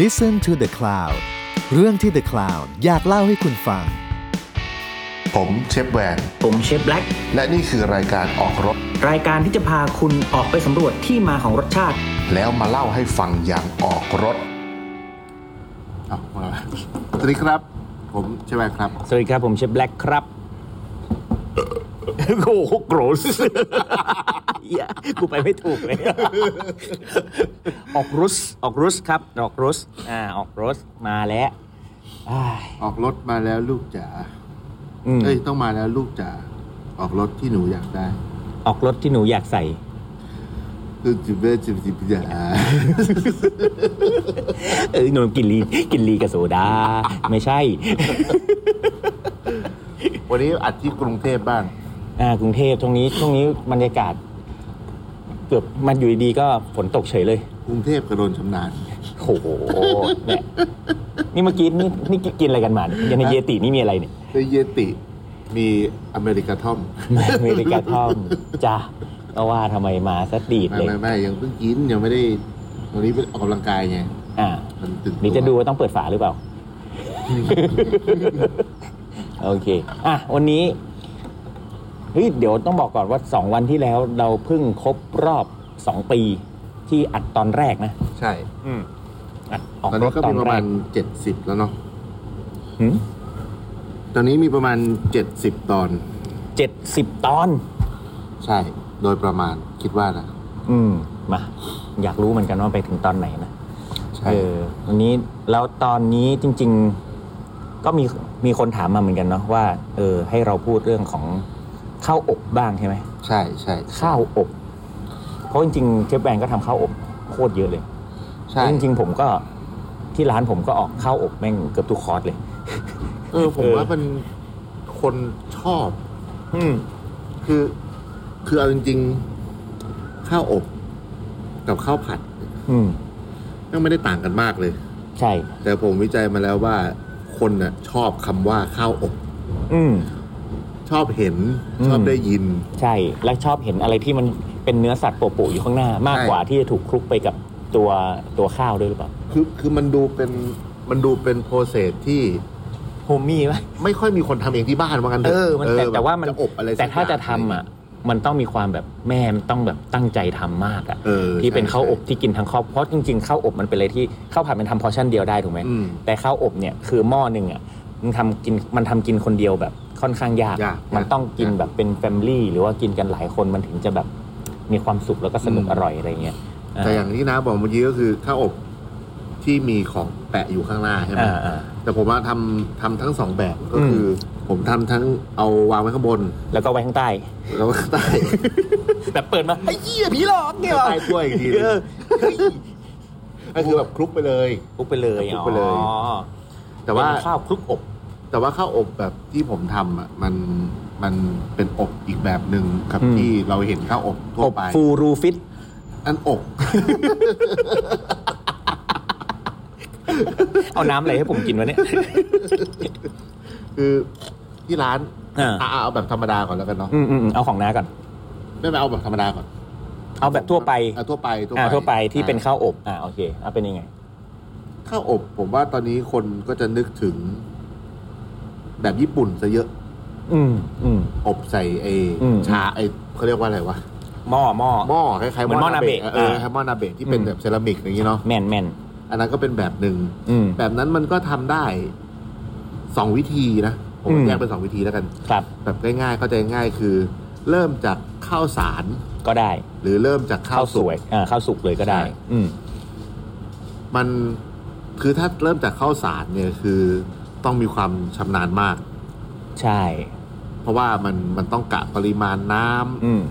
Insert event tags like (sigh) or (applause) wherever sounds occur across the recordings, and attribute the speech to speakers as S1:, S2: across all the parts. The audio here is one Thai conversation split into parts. S1: Listen to the Cloud เรื่องที่ The Cloud อยากเล่าให้คุณฟัง
S2: ผมเชฟแวน
S3: ผมเชฟแบล็ก
S2: และนี่คือรายการออกรถ
S3: รายการที่จะพาคุณออกไปสำรวจที่มาของรสชาติ
S2: แล้วมาเล่าให้ฟังอย่างออกรถเอามาสวัสดีครับ ผมเชฟแวนครับ
S3: สวัสดีครับ ผมเชฟแบล็กครับ โอ้โหโกรธเหี้ยกูไปไม่ถูกเลย ออกรุสออกรุสครับ ออกรุสอ่าออกรุสมาแล้วอ้าย
S2: ออกรถมาแล้วลูกจ๋า
S3: อืม
S2: เอ้ยต้องมาแล้วลูกจ๋าออกรถที่หนูอยากได้
S3: ออกรสที่หนูอยากใส่
S2: ลูกจิบเบ้จิบจิบจ๋า
S3: เอ้ยหนูกินลีกินลีกับโซดา ไม่ใช่
S2: วันนี้อัดที่กรุงเทพบ้าง
S3: อ่ากรุงเทพตรงนี้ช่วงนี้บรรยากาศ เกือบมันอยู่ดีๆก็ฝนตกเฉยเลย
S2: กรุงเทพกระโดนชำนาญ
S3: โอ้โหเนี่ยนี่เมื่อกี้นี่นี่กินอะไรกันมาเนี่ยยังในเยตินี่มีอะไรเนี่ย
S2: ในเยติมีอเมริกาท (laughs) อม
S3: อเมริกาท่อ (laughs) มจ้าก็ว่าทำไมมาสตีด
S2: ไม่
S3: เลย
S2: ไม่ไม่ยังเพิ่งกินยังไม่ได้วันนี้ไปออกกำลังกายไง
S3: อ่า
S2: มันตึงตัว
S3: นี่จะดูว่าต้องเปิดฝาหรือเปล่า (laughs) โอเค อ่ะ วันนี้เฮ้ยเดี๋ยวต้องบอกก่อนว่าสองวันที่แล้วเราเพิ่งครบรอบสองปีที่อัดตอนแรกนะ
S2: ใช่
S3: อัดออก
S2: ตอน
S3: ร
S2: นี้
S3: ถ
S2: ก็
S3: ตอ
S2: มี
S3: น
S2: ประ
S3: แร
S2: มาณ
S3: ก
S2: เจ็ดสิบแล้วเนาะตอนนี้มีประมาณเจ็ดสิบตอน
S3: เจ็ดสิบตอน
S2: ใช่โดยประมาณคิดว่านะ
S3: อืมมาอยากรู้เหมือนกันว่าไปถึงตอนไหนนะ
S2: ใช่
S3: เออวันนี้แล้วตอนนี้จริง ๆก็มีมีคนถามมาเหมือนกันเนาะว่า เออ ให้เราพูดเรื่องของข้าวอบบ้างใช่ไหม
S2: ใช่ใช่
S3: ข้าวอบ เพราะจริงๆเชฟแบงก็ทำข้าวอบโคตรเยอะเลย
S2: ใช่
S3: แล้วจริงๆผมก็ที่ร้านผมก็ออกข้าวอบแม่งเกือบทุกคอร์สเลย
S2: เออผม
S3: เออ
S2: ว่ามันคนชอบ
S3: อืม
S2: คือ คือเอาจริง ๆ ข้าวอบกับข้าวผัด
S3: อืม
S2: ก็ไม่ได้ต่างกันมากเลย
S3: ใช่
S2: แต่ผมวิจัยมาแล้วว่าคนน่ะชอบคำว่าข้าวอบ
S3: อืม
S2: ชอบเห็น
S3: อืม
S2: ชอบได้ยิน
S3: ใช่และชอบเห็นอะไรที่มันเป็นเนื้อสัตว์โปะๆอยู่ข้างหน้า มาก
S2: ใช่
S3: กว่าที่จะถูกคลุกไปกับตัวตัวข้าวด้วยหรือเปล่า
S2: คือคือมันดูเป็นมันดูเป็นโปรเซสที่
S3: โฮมี่ปะ
S2: ไม่ค่อยมีคนทำเองที่บ้านว่างั้นถะ
S3: เออมันแต่
S2: บบ
S3: แต่ว่ามัน
S2: จะอบอะไร
S3: แต่ถ้า
S2: สักอย่ง
S3: จะทำอ่ะ มันต้องมีความแบบแม่มันต้องแบบตั้งใจทำมากอ่ะ
S2: เออ
S3: ที่เป็น
S2: ใช่
S3: ข้าวอบที่กินทั้งครอบเพราะจริงๆข้าวอบมันเป็นอะไรที่ข้าวผัดมันทำพอร์ชั่นเดียวได้ถูกไหม
S2: อืม
S3: แต่ข้าวอบเนี่ยคือหม้อหนึ่งอ่ะมันทำกินมันทำกินคนเดียวแบบค่อนข้างยาก
S2: ยาก
S3: มันต้องกิน
S2: ยาก
S3: แบบเป็นแฟมลี่หรือว่ากินกันหลายคนมันถึงจะแบบมีความสุขแล้วก็สนุก
S2: อืม
S3: อร่อยอะไรเงี้ย
S2: แต่อย่างที่น้าบอกเมื่อกี้ก็คือข้าวอบที่มีของแปะอยู่ข้างหน้าใช่ไหม
S3: อ่าอ่า
S2: แต่ผมว่าทำทำทั้งสองแบบก็
S3: อืม
S2: คือ ผมทำทั้งเอาวางไว้ข้างบน
S3: แล้วก็ไว้ข้างใต้
S2: แล้วก็ใต้
S3: แบบเปิดมาไอ้เหี้ยผีหลอกเนี่ยเหรอ
S2: ใต้กล้วยอีกทีหนึ่ง
S3: เออเฮ้ย
S2: ก็คือแบบคลุกไปเลย
S3: ปุ๊บไปเลย
S2: ปุ๊บไปเลย
S3: อ๋อ
S2: แต่ว่า
S3: เป็นข้าวคลุกอบ
S2: แต่ว่าข้าวอบแบบที่ผมทำอ่ะมันมันเป็นอบอีกแบบหนึ่งกับ
S3: อืม
S2: ที่เราเห็นข้าวอบทั่วไป
S3: ฟูรูฟิต
S2: อันอก
S3: เอาน้ำอะไรให้ผมกิน
S2: (laughs)
S3: วะเนี่ย
S2: คือที่ร้าน
S3: อ่า
S2: ะเอาแบบธรรมดาก่อนแล้วกันเนาะ
S3: อืมอืมอืมเอาของน้าก่อน
S2: ไม่ไม่เอาแบบธรรมดาก่อน
S3: เอาแบบทั่วไป
S2: อ่ะทั่วไป
S3: อ่าทั่วไปที่
S2: อ่ะ
S3: เป็นข้าวอบอ่าโอเคเอาเป็นยังไง
S2: ข้าวอบ ผมว่าตอนนี้คนก็จะนึกถึง แบบญี่ปุ่นซะเยอะ
S3: อืมอืม
S2: อบใส่ไอ้
S3: อืม
S2: ชาไอ้เขาเรียกว่าอะไรวะ
S3: หม้อหม้อ
S2: หม้อคล้ายๆ
S3: เหมือนหม้อนาเบะ
S2: เออ
S3: อ่ะ
S2: คล้ายๆหม้อนาเบะที่เป็น
S3: อืม
S2: แบบเซรามิกอย่างนี้เนาะ
S3: แม่นแม่น
S2: อันนั้นก็เป็นแบบหนึ่ง
S3: อืม
S2: แบบนั้นมันก็ทำได้สองวิธีนะผม
S3: อืม
S2: แยกเป็นสองวิธีแล้วกัน
S3: ครับ
S2: แบบง่ายๆเข้าใจง่ายคือ เริ่มจากข้าวสาร
S3: ก็ได้
S2: หรือเริ่มจากข้า
S3: ข้าว วส
S2: สุก
S3: วยอ่าข้าวสุกเลยก็ได้
S2: ใช่
S3: อืม
S2: มันคือถ้าเริ่มจากข้าวสารเนี่ยคือต้องมีความชำนาญมาก
S3: ใช่
S2: เพราะว่ามันมันต้องกะปริมาณน้ำ
S3: อืม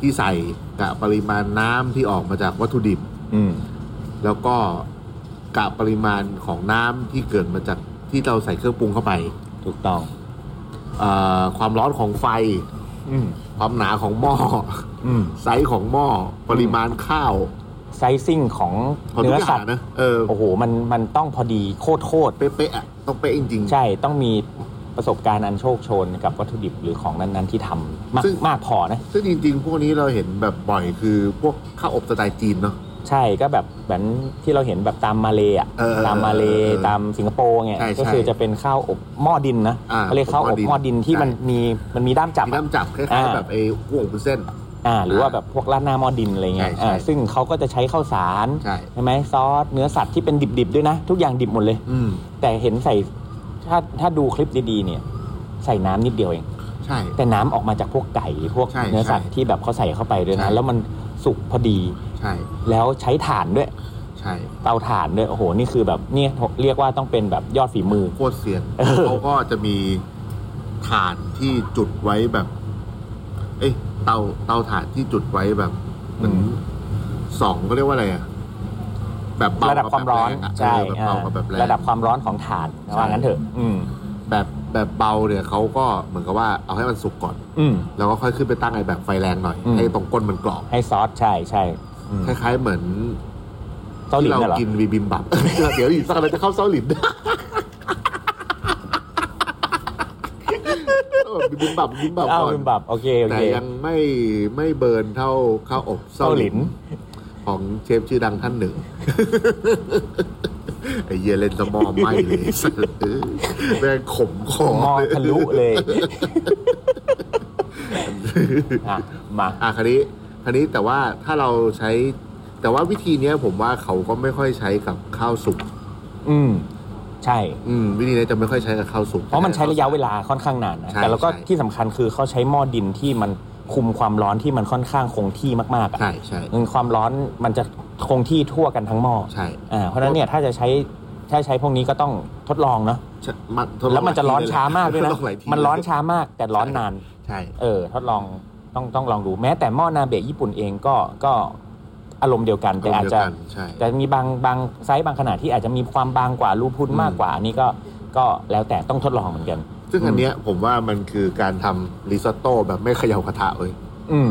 S2: ที่ใส่กะปริมาณน้ำที่ออกมาจากวัตถุดิบ
S3: อืม
S2: แล้วก็กะปริมาณของน้ำที่เกิดมาจากที่เราใส่เครื่องปรุงเข้าไป
S3: ถูกต้อง
S2: เอ่อความร้อนของไฟ
S3: อืม
S2: ความหนาของหม้อ (laughs)
S3: อืม
S2: ไซส์ของหม้อปริมาณข้าว
S3: ไซซิ่งของ
S2: ของทุ
S3: เนื้
S2: ก
S3: อ
S2: อย่า
S3: สั
S2: ง
S3: ตว์
S2: นะเออ
S3: โอ้โหมันมันต้องพอดีโคตรโคตร
S2: เป๊ะๆอะต้องเป๊ะจริง
S3: ๆใช่ต้องมีประสบการณ์อันโชคโชนกับวัตถุดิบหรือของนั้นๆที่ทำมาก
S2: ซึ่ง
S3: มากพอนะ
S2: ๆซึ่งจริง ๆ พวกนี้เราเห็นแบบบ่อยคือพวกข้าวอบสไตล์จีนเนาะ
S3: ใช่ก็แบบเหมือนที่เราเห็นแบบตามมาเลย์อะ
S2: เออ
S3: ตามมาเล
S2: เอ
S3: ย์
S2: อเออ
S3: ตามสิงคโปร์เนี่ย
S2: ใช่ใช่
S3: ก็คือจะเป็นข้าวอบหม้อดินนะ
S2: อ่า
S3: เขาเรียกข้าวอบห
S2: ห
S3: ม้อดิน
S2: ม้อดิน
S3: ที่มัน
S2: ใช่
S3: มีมันมีด้ามจับ
S2: มี
S3: อะ
S2: น้ำจับคล้าย
S3: อ่า
S2: ๆแบบไอ้ห่วงเป็นเส้น
S3: อ่าหรือว่าแบบพวกราดหน้าหม้อดินอะไรเงี้ย
S2: ใช่ใช่
S3: อ่าซึ่งเขาก็จะใช้ข้าวสาร
S2: ใช่
S3: ใช่ไหมซอสเนื้อสัตว์ที่เป็นดิบๆด้วยนะ ทุกอย่างดิบหมดเลย
S2: อืม
S3: แต่เห็นใส่ถ้าถ้าดูคลิปดีๆเนี่ย ใส่น้ำนิดเดียวเอง
S2: ใช่
S3: แต่น้ำออกมาจากพวกไก่พวก
S2: ใช่
S3: เนื้อสัต
S2: ใช่
S3: ว์ที่แบบเขาใส่เข้าไปด้วยนะ
S2: ใช่
S3: แล้วมันสุกพอดี
S2: ใช่
S3: แล้วใช้ถ่านด้วย
S2: ใช่
S3: เตาถ่านด้วยโอ้โหนี่คือแบบเนี่ยเรียกว่าต้องเป็นแบบยอดฝีมือ
S2: โคตรเสียดเขาก็จะมีฐานที่จุดไว้แบบ เอ้ยเตาเตาฐานที่จุดไว้แบบเหมือน
S3: อืม
S2: สองก็เรียกว่าอะไรอะแบบเบา
S3: ระดับความร้อน
S2: กับแบบแงะ
S3: ใช่
S2: เออแบบเบากับแบบแรง
S3: ระดับความร้อนของถ่าน
S2: ใช่
S3: ว่างั้นเถอะ อืม
S2: แบบแบบเบาเนี่ยเขาก็เหมือนกับว่าเอาให้มันสุกก่อน
S3: อืม
S2: แล้วก็ค่อยขึ้นไปตั้งไอ้แบบไฟแรงหน่อย
S3: อืม
S2: ให้ตรงก้นมันกรอบ
S3: ให้ซอสใช่ใช่อืม
S2: คล้าย ๆ เหมือน
S3: เกาหลี
S2: ที่เรา
S3: น่ะเหรอ
S2: กินวีบิม (laughs) บับ เดี๋ยวอีกสักอะไรจะเข้าเซาหลิน (laughs) วีบิมบับบิมบับ
S3: อ้าว
S2: ก่อน
S3: ลืมแบบโอเคโอ
S2: แต่
S3: เค
S2: ยังไม่ไม่เบิร์นเท่าข้าวอบเซา
S3: เกา
S2: ห
S3: ห
S2: ลิ
S3: ลี
S2: นของเชฟชื่อดังท่ (laughs) านหนึ่ง ไอเหี้ยเลนสมอไหม่เลยสัตว์เอ้ยแม่งขมคอ
S3: มองทะลุเลย
S2: (laughs)
S3: อ่ะมา
S2: อ่ะคันนี้คันนี้แต่ว่าถ้าเราใช้ แต่ว่าวิธีเนี้ยผมว่าเขาก็ไม่ค่อยใช้กับข้าวสุก
S3: อืมใช่
S2: อืมวิธีนี้จะไม่ค่อยใช้กับข้าวสุก
S3: เพราะมันใช้ระยะเวลาค่อนข้างนานนะ
S2: ใช่
S3: แต่แล้วก็
S2: ใช่
S3: ที่สำคัญคือเขาใช้หม้อดินที่มันคุมความร้อนที่มันค่อนข้างคงที่มากๆอะ
S2: ใช่ใช่
S3: เออความร้อนมันจะคงที่ทั่วกันทั้งหม้อ
S2: ใช่
S3: อ่าเพราะฉะนั้นเนี่ยถ้าจะใช้ถ้าใช้พวกนี้ก็ต้องทดลองเนาะ
S2: ใช่มันทดง
S3: แล้วมันจะร้อน
S2: หลยที
S3: ช้ามากด้วยนะ
S2: ทลองหที
S3: มันร้อนช้ามาก แต่ร้อนนาน
S2: ใช่
S3: เออ ทดลองต้องต้องลองดูแม้แต่หม้อนาเบะญี่ปุ่นเองก็ก็อารมณ์เดียวกันแต่อาจ
S2: เดี
S3: จะ
S2: ยวกันใช่
S3: แต่มีบางบางไซส์บางขนาดที่อาจจะมีความบางกว่ารูพุ้นมากกว่าอันนี้ก็ก็แล้วแต่ต้องทดลองเหมือนกัน
S2: ซึ่งอันเนี้ยผมว่ามันคือการทำริซอตโต้แบบไม่เขย่ากระทะเว้ย (laughs)
S3: อืม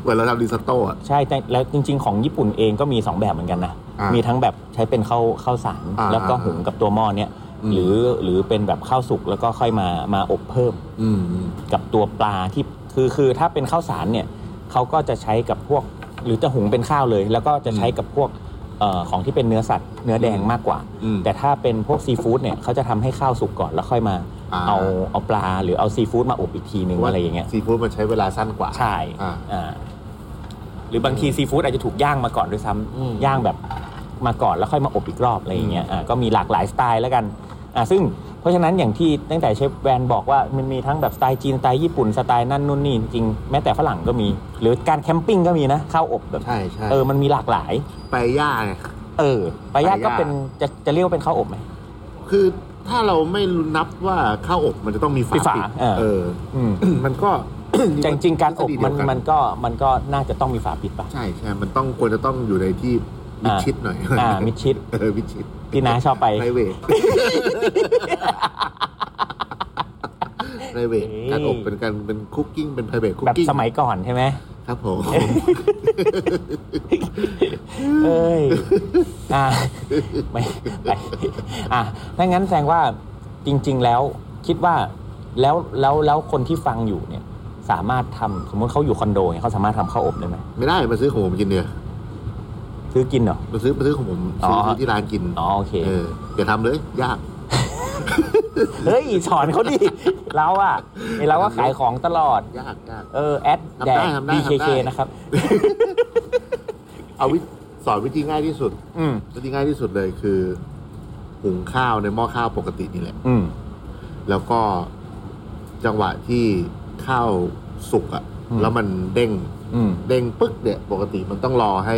S2: เหมือนเราทำริซอตโต้อะ
S3: ใช่แต่แล้วจริง ๆ ของญี่ปุ่นเองก็มี 2 แบบเหมือนกันนะ
S2: อ่ามี
S3: มีทั้งแบบใช้เป็นข้าวข้าวสาร
S2: อ่า
S3: แล้วก็หุงกับตัวหม้อเนี้ย
S2: อืม
S3: หรือหรือเป็นแบบข้าวสุกแล้วก็ค่อยมามาอบเพิ่ม
S2: อืมอืม
S3: กับตัวปลาที่คือคือถ้าเป็นข้าวสารเนี่ยเขาก็จะใช้กับพวก หรือจะหุงเป็นข้าวเลย แล้วก็จะใช้กับพวกเอ่อของที่เป็นเนื้อสัตว์เนื้อแดงมากกว่า
S2: อืม
S3: แต่ถ้าเป็นพวกซีฟู้ดเนี่ยเขาจะทำให้ข้าวสุกก่อนแล้วค่อยมา
S2: อ่า
S3: เอาเอาปลาหรือเอาซีฟู้ดมาอบอีกทีหนึ่งอะไรอย่างเงี้ย
S2: ซีฟู้ดมันใช้เวลาสั้นกว่า
S3: ใช่
S2: อ่า
S3: อ่าหรือบางทีซีฟู้ดอาจจะถูกย่างมาก่อนด้วยซ้ำ
S2: อืม
S3: ย่างแบบมาก่อนแล้วค่อยมาอบอีกรอบอะไรอย่างเงี้ยอ่าก็มีหลากหลายสไตล์แล้วกันอ่าซึ่งเพราะฉะนั้นอย่างที่ตั้งแต่เชฟแวนบอกว่ามันมีทั้งแบบสไตล์จีนสไตล์ญี่ปุ่นสไตล์นั่นนู่นนี่จริงๆแม้แต่ฝรั่งก็มี หรือการแคมปิ้งก็มีนะข้าวอบแบบ
S2: ใช่ใช่
S3: เออมันมีหลากหลาย
S2: ไปย่าไง
S3: เออปลาย่างก็
S2: ปลาย่าง
S3: เป็นจะจะเรียกว่าเป็นข้าวอบไหม
S2: คือถ้าเราไม่นับว่าข้าวอบมันจะต้องมีฝา
S3: มีฝา
S2: ปิด
S3: เออ
S2: เอ (coughs) อ
S3: อืม
S2: มันก็
S3: จริงจริงๆการอบมัน
S2: ทฤษฎีเดียวกั
S3: มันก็มันก็น่าจะต้องมีฝาปิดปะ
S2: ใช่ใช่มันต้องควรจะต้องอยู่ในที่มิด
S3: อ่า
S2: ชิดหน่อย (laughs)
S3: อ่ามิดชิด
S2: เออมิดชิด
S3: ที่น้าชอบไป
S2: private private
S3: นี่
S2: การอบเป็นการเป็นคุกกิ้งเป็น private คุก
S3: แบบ
S2: กิ้ง
S3: สมัยก่อนใช่ไหม
S2: ครับผม
S3: เอ้ย อ่ะไม่ไปอ่ะถ้างั้นแสดงว่าจริง ๆ แล้วคิดว่าแล้วแล้วแล้วคนที่ฟังอยู่เนี่ย สามารถทำสมมติเขาอยู่คอนโดเนี่ยเขาสามารถทำข้าวอบได้ไหม
S2: ไม่ได้มาซื้อของผมกินเนื้อ
S3: ซื้อกินเหรอ
S2: มาซื้อมาซื้อของผม
S3: อ๋
S2: ซื้
S3: อ
S2: อซื้อที่ร้านกิน
S3: อ๋อโอเค
S2: เอออย่าทำเลย ยาก
S3: เฮ้ยสอนเขาดิ เราอะไอ้เราก็ขายของตลอด
S2: ยากยาก
S3: เออ แอด
S2: ทำ
S3: แด
S2: ได้
S3: ด
S2: ทำได้
S3: BKK
S2: ทำได้
S3: นะครับ
S2: เอาวิสอนวิธีง่ายที่สุด
S3: อืม
S2: วิธีง่ายที่สุดเลยคือหุงข้าวในหม้อข้าวปกตินี่แหละ
S3: อืม
S2: แล้วก็จังหวะที่ข้าวสุกอะ
S3: อืม
S2: แล้วมันเด้ง
S3: อืม
S2: เด้งปึ๊กเนี่ยปกติมันต้องรอให้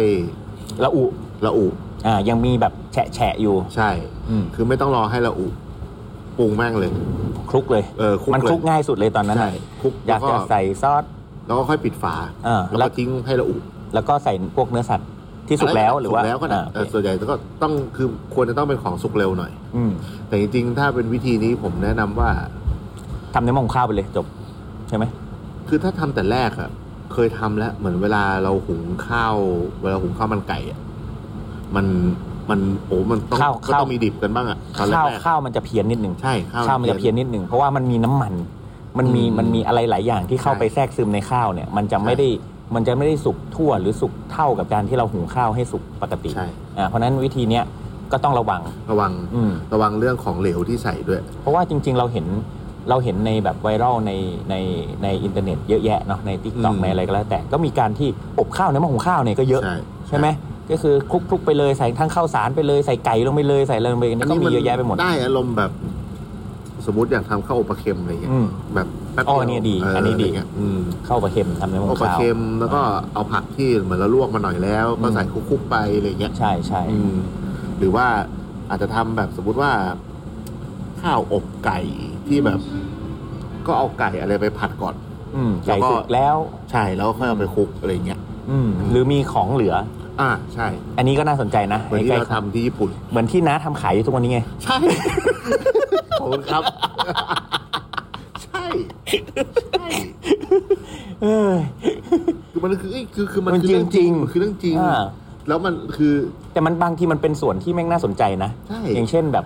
S3: ละอุ
S2: ระอุ
S3: อ่า ยังมีแบบแฉะแฉะอยู่
S2: ใช่
S3: อืม
S2: คือไม่ต้องรอให้ระอุปรุงแม่งเลย
S3: คลุกเลย
S2: เออคลุก
S3: มัน
S2: เลย
S3: คลุกง่ายสุดเลยตอนนั้น
S2: ใช่
S3: อะ
S2: คลุก
S3: อยากจะใส่ซอส
S2: แล้วก็ค่อยปิดฝา
S3: เออ
S2: แล้ว
S3: แล้
S2: ก็
S3: ว
S2: ทิ้งให้ระอุ
S3: แล้วก็ใส่พวกเนื้อสัตว์ที่สุกแล้วหรือว่า
S2: สุกแล้วก็ได้
S3: อ่า
S2: เอ
S3: โอ
S2: อ
S3: เค
S2: ส่วนใหญ่ก็ต้องคือควรจะต้องเป็นของสุกเร็วหน่อย
S3: อืม
S2: แต่จริงๆ ถ้าเป็นวิธีนี้ผมแนะนำว่า
S3: ทำในหม้อหุงข้าวไปเลยจบ ใช่ไหม
S2: คือถ้าทำแต่แรกอะเคยทำแล้ว เหมือนเวลาเราหุงข้าว เวลาหุงข้าวมันไก่อะมันมันโอ้มันต้อง
S3: ข้าว
S2: ก็
S3: ข้าว
S2: ต้องมีดิบกันบ้างอะตอนแร
S3: ข้าว
S2: กๆ
S3: ข้าวมันจะเพี้ยนนิดหนึ่ง
S2: ใช่
S3: ข้าวมันจะเพี้ยนนิดหนึ่งเพราะว่ามันมีน้ำมัน มันมี
S2: อืม
S3: มันมีอะไรหลายอย่างที่เข้าไปแทรกซึมในข้าวเนี่ย มันจะไม่ได้ มันจะไม่ได้สุกทั่วหรือสุกเท่ากับการที่เราหุงข้าวให้สุกปกติ
S2: ใช่
S3: อ่าเพราะฉะนั้นวิธีเนี้ยก็ต้องระวัง
S2: ระวัง
S3: อืม
S2: ระวังเรื่องของเหลวที่ใส่ด้วย
S3: เพราะว่าจริง ๆ เราเห็นเราเห็นในแบบไวรัลในในในอินเทอร์เน็ตเยอะแยะเนาะในทิกตอก
S2: อืม
S3: ในอะไรก็แล้วแต่ก็มีการที่อบข้าวในหม้อหุงข้าวเนี่ยก็เยอะ
S2: ใช่
S3: ใช่ไหมก็คือคลุกคลุกไปเลยใส่ทั้งข้าวสารไปเลยใส่ไก่ลงไปเลยใส่อะไรลงไปนี่ก็มีเยอะแยะไปหมด
S2: ได้อารมณ์แบบ สมมติอยากทำข้าวอบปลาเค็มอะไรเงี้ย
S3: อืม
S2: แบบแป๊บ
S3: อ๋อ
S2: เยว
S3: อันนี้ดี
S2: เ
S3: อันนี้ดี
S2: ะไรเงี้ยอืม
S3: ข้าวปลาเค็มทำในหม้
S2: เอา
S3: อหุง
S2: ปลา
S3: ข้าว
S2: เค็มแล้วก็เอาผักที่เหมือนเราลวกมาหน่อยแล้ว ก็
S3: อืม
S2: ใส่คลุกๆไปอะไรเงี้ย
S3: ใช่ใช่
S2: อืมหรือว่าอาจจะทำแบบสมมุติว่า ข้าวอบไก่ที่แบบ ก็เอาไก่อะไรไปผัดก่อน
S3: อืมไก่
S2: แล้วก็
S3: สุกแล้ว
S2: ใช่แล้วก็ค่อยเอาไปคลุกอะไรเงี้ย
S3: อืมหรือมีของเหลือ
S2: อ่าใช่
S3: อันนี้ก็น่าสนใจนะ
S2: เหมือนที่
S3: ไอ้
S2: เรา
S3: ไก่
S2: ทำที่ญี่ปุ่น
S3: เหมือนที่น้าทำขายอยู่ทุกวันนี้ไง
S2: ใช่ ขอบคุณครับ ใช่ใช่
S3: เออ
S2: คือมันคือเอ้ยคือคือมัน
S3: มัน
S2: คือ
S3: จริง
S2: เรื่องจริง
S3: จริง
S2: มันคือเรื่องจริง
S3: อ่า
S2: แล้วมันคือ
S3: แต่มันบางทีมันเป็นส่วนที่แม่งน่าสนใจนะ
S2: ใช่
S3: อย่างเช่นแบบ